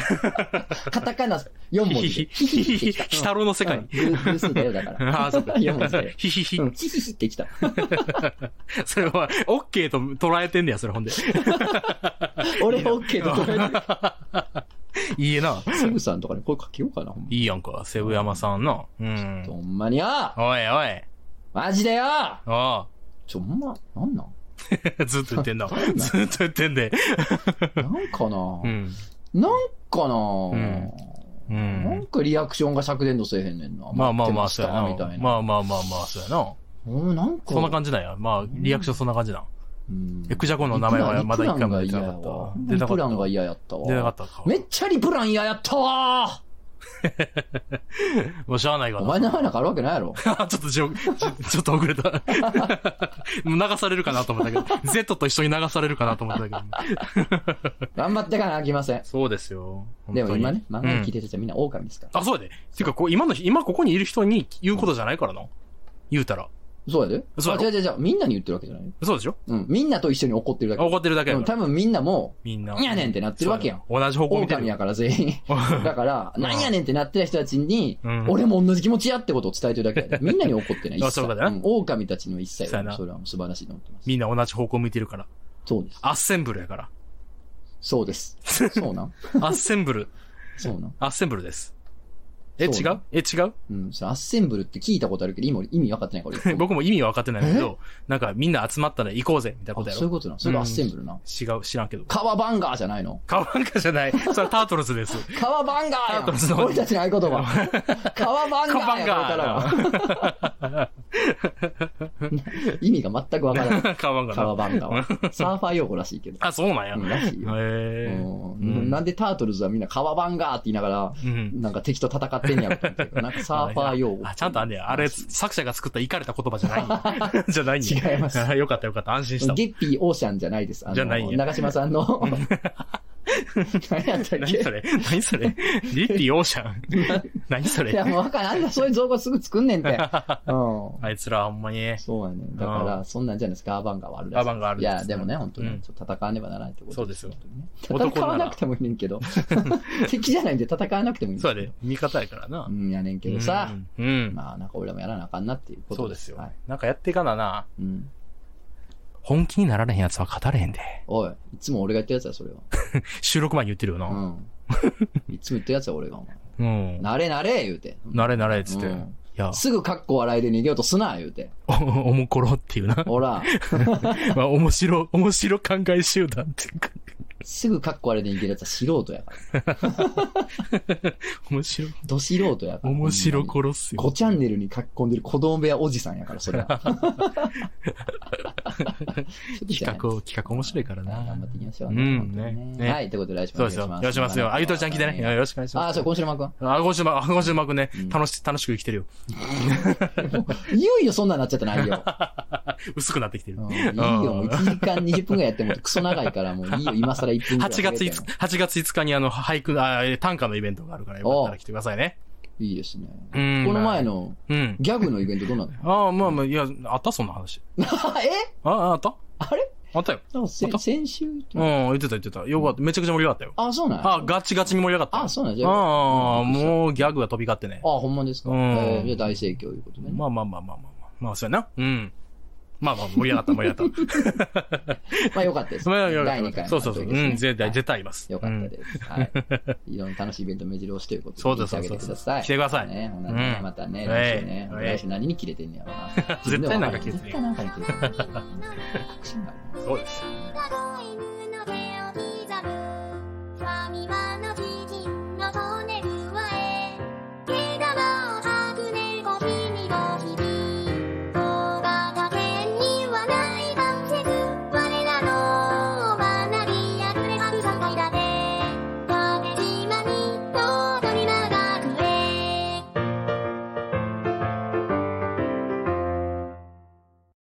カタカナ4文ひ字ひで。ひひひひ、鬼太郎の世界。うん偶偶数だよ、だから。 ああ、そうか。四文字で。ひひひう。ん、ヒヒヒってきた。それは、オッケーと捉えてんねや、それほんで。俺、OK と捉えいいえな。て。セブさんとかに声かけようかな、ほんま。いいやんか、セブヤマさんな。うん。ほんまによおいおい。マジでよあちょ、ほんま、なんなんあ。 ずっ と言ってんな。ずっと言ってんで。なんかなうん。なんかなうんうなんん。かリアクションが灼電度せえへんねんな。まあまあまあ、待そうやってましな。またみたいあな。まあまあまあ、そうやな。うんなんか、そんな感じなんや。まあ、リアクションそんな感じなん。うんえクジャコの名前はまだ一回も出てなかった出リなかったプランが嫌やったわ。出なかったか。めっちゃリプラン嫌やったわもうしゃあないかおな。前名前なんかあるわけないやろ。あ ちょっとじょちょ、ちょっと遅れた。 もう流されるかなと思ったけど、Z と一緒に流されるかなと思ったけど。頑張ってかな、あきません。そうですよ。でも今ね、漫画に聞いて、てる人はみんな狼ですから。あ、そうやで。ていうか、こう、今の、今ここにいる人に言うことじゃないからな。言うたら。そうやで。そうやあろ違う違う違う、みんなに言ってるわけじゃないよそうでしょうん。みんなと一緒に怒ってるだけ。怒ってるだけでやもから。多分みんなも、みんな。なんやねんってなってるわけやん。そう同じ方向見て狼る。やから全員。 だから、うんなんやねんってなってた人たちにうん、俺も同じ気持ちやってことを伝えてるだけや で。みんなに怒ってない。あ一切そうだなん狼たちには一切、そうやなそれはもう素晴らしいと思ってます。 みんな同じ方向向いてるから。そうです。アッセンブルやから。 そうです。そうなんアッセンブル。そうなんアッセンブルです。え、違そううえ、違う。うん、それアッセンブルって聞いたことあるけど、今意味分かってないから 僕も意味は分かってないんだけど、なんかみんな集まったら行こうぜ、みたいなことあやそういうろ。ことな。それがアッセンブルな。違う、知らんけど。カワバンガーじゃないのカワンカじゃない。それはタートルズです。カワバンガ タートルーズやのん俺たちの合言葉。カワバンカガワーンやんこれからガは意味が全く 分からない。ー。カワンガカワー。バンガー は。サーファー用語らしいけど。あ、そうなんや。うんへらしいよえ。ううんんなんでタートルズはみんなカワバンガーって言いながら、うん。なんか敵と戦ってんやろと思ったけどなんかサーファー用語。 あ、ちゃんとあんねやあれ、作者が作ったイカれた言葉じゃないんや じゃないんや違いますあよかったよかった。安心した。ゲッピーオーシャンじゃないです。あのじゃないんや長島さんの。 何やったっ何け それ何それリッピーオーシャン何そいや、れもうわからん。あんなそういう造語すぐ作ん ねんて。うん。あいつらほんまに。そうやね。だから、そんなんじゃないですか。アーバンガーはあるらしいアーバンガーあるいや、でもね、本当うんに、ちょっと戦わねばならないってことそうですよ。男なら戦わなくてもいいねんけど。 敵じゃないんで戦わなくてもいいそうやねで、味方やからなう。ん、やねんけどさ。うん。うんまあ、なんか俺らもやらなあかんなっていうことそうですよはい。なんかやっていかなな。うん。本気になられへんやつは語れへんで。おい、いつも俺が言ったやつだ、それは。収録前に言ってるような。ん。いつも言ったやつだ、俺が。お前うん。なれなれ言うて。なれなれっつって。いうんや、 すぐカッコ笑いで逃げようとすな言うて。お、おもころっていうな。ほら、まあ、面白、面白考え集団っていうか。すぐカッコ笑いで逃げるやつは素人やから。面白、ど素人やから。面白こ殺すよ。 5チャンネルに書き込んでる子供部屋おじさんやから、 それは。企画を、企画面白いからな。頑張っていきましょう。うん本当にねねはい、ということで、来週そもおう願でいすしよ。ます。よろしくお願いしますよ。あ、ゆとりちゃん来てね。よろしくお願いします。あ、そう、今週のマくん。あ、今週も、あ、今週もくんねうん、楽し、楽しく生きてるよ。いよいよそんなんなっちゃった内容。薄くなってきてる。うん、いいよ、もう1時間20分ぐらいやってもクソ長いから、もういいよ、今更1分ぐらい。 8月5日、8月5日にあの、俳句、あ、えー短歌のイベントがあるから、よかったら来てくださいね。いいですね。うん。この前の。のうん。ギャグのイベントどうなのああ、まあまあ、いや、あったそんな話。 えああ、あったあれあったよ。なんかせまた先週うん、言ってた言ってた。よかった。めちゃくちゃ盛り上がったよ。あ、そうなんやあ、ガチガチに盛り上がったよ。あそうなんじあゃああ、びっくりしたもうギャグが飛び交ってね。あ、ほんまですか。うんえーじゃあ大盛況いうことね。まあまあまあまあまあまあ。まあ、そうやな。うん。まあまあ、盛り上がった、盛り上がった。まあよかったです。まあよか 第っ2た回そうそうそう。の時ですねうん、絶対、はい絶対あります。よかったです。はい。 いろんな楽しいイベント目白押しということで。そうです見てあげてください。そうです来てくださいね、ほんならねうんまたね、来え週えね。ええ来週何に切れてんね やろうな。絶対なんか切れてる 絶対なんかに切れてる。確信があるうんそうです。 「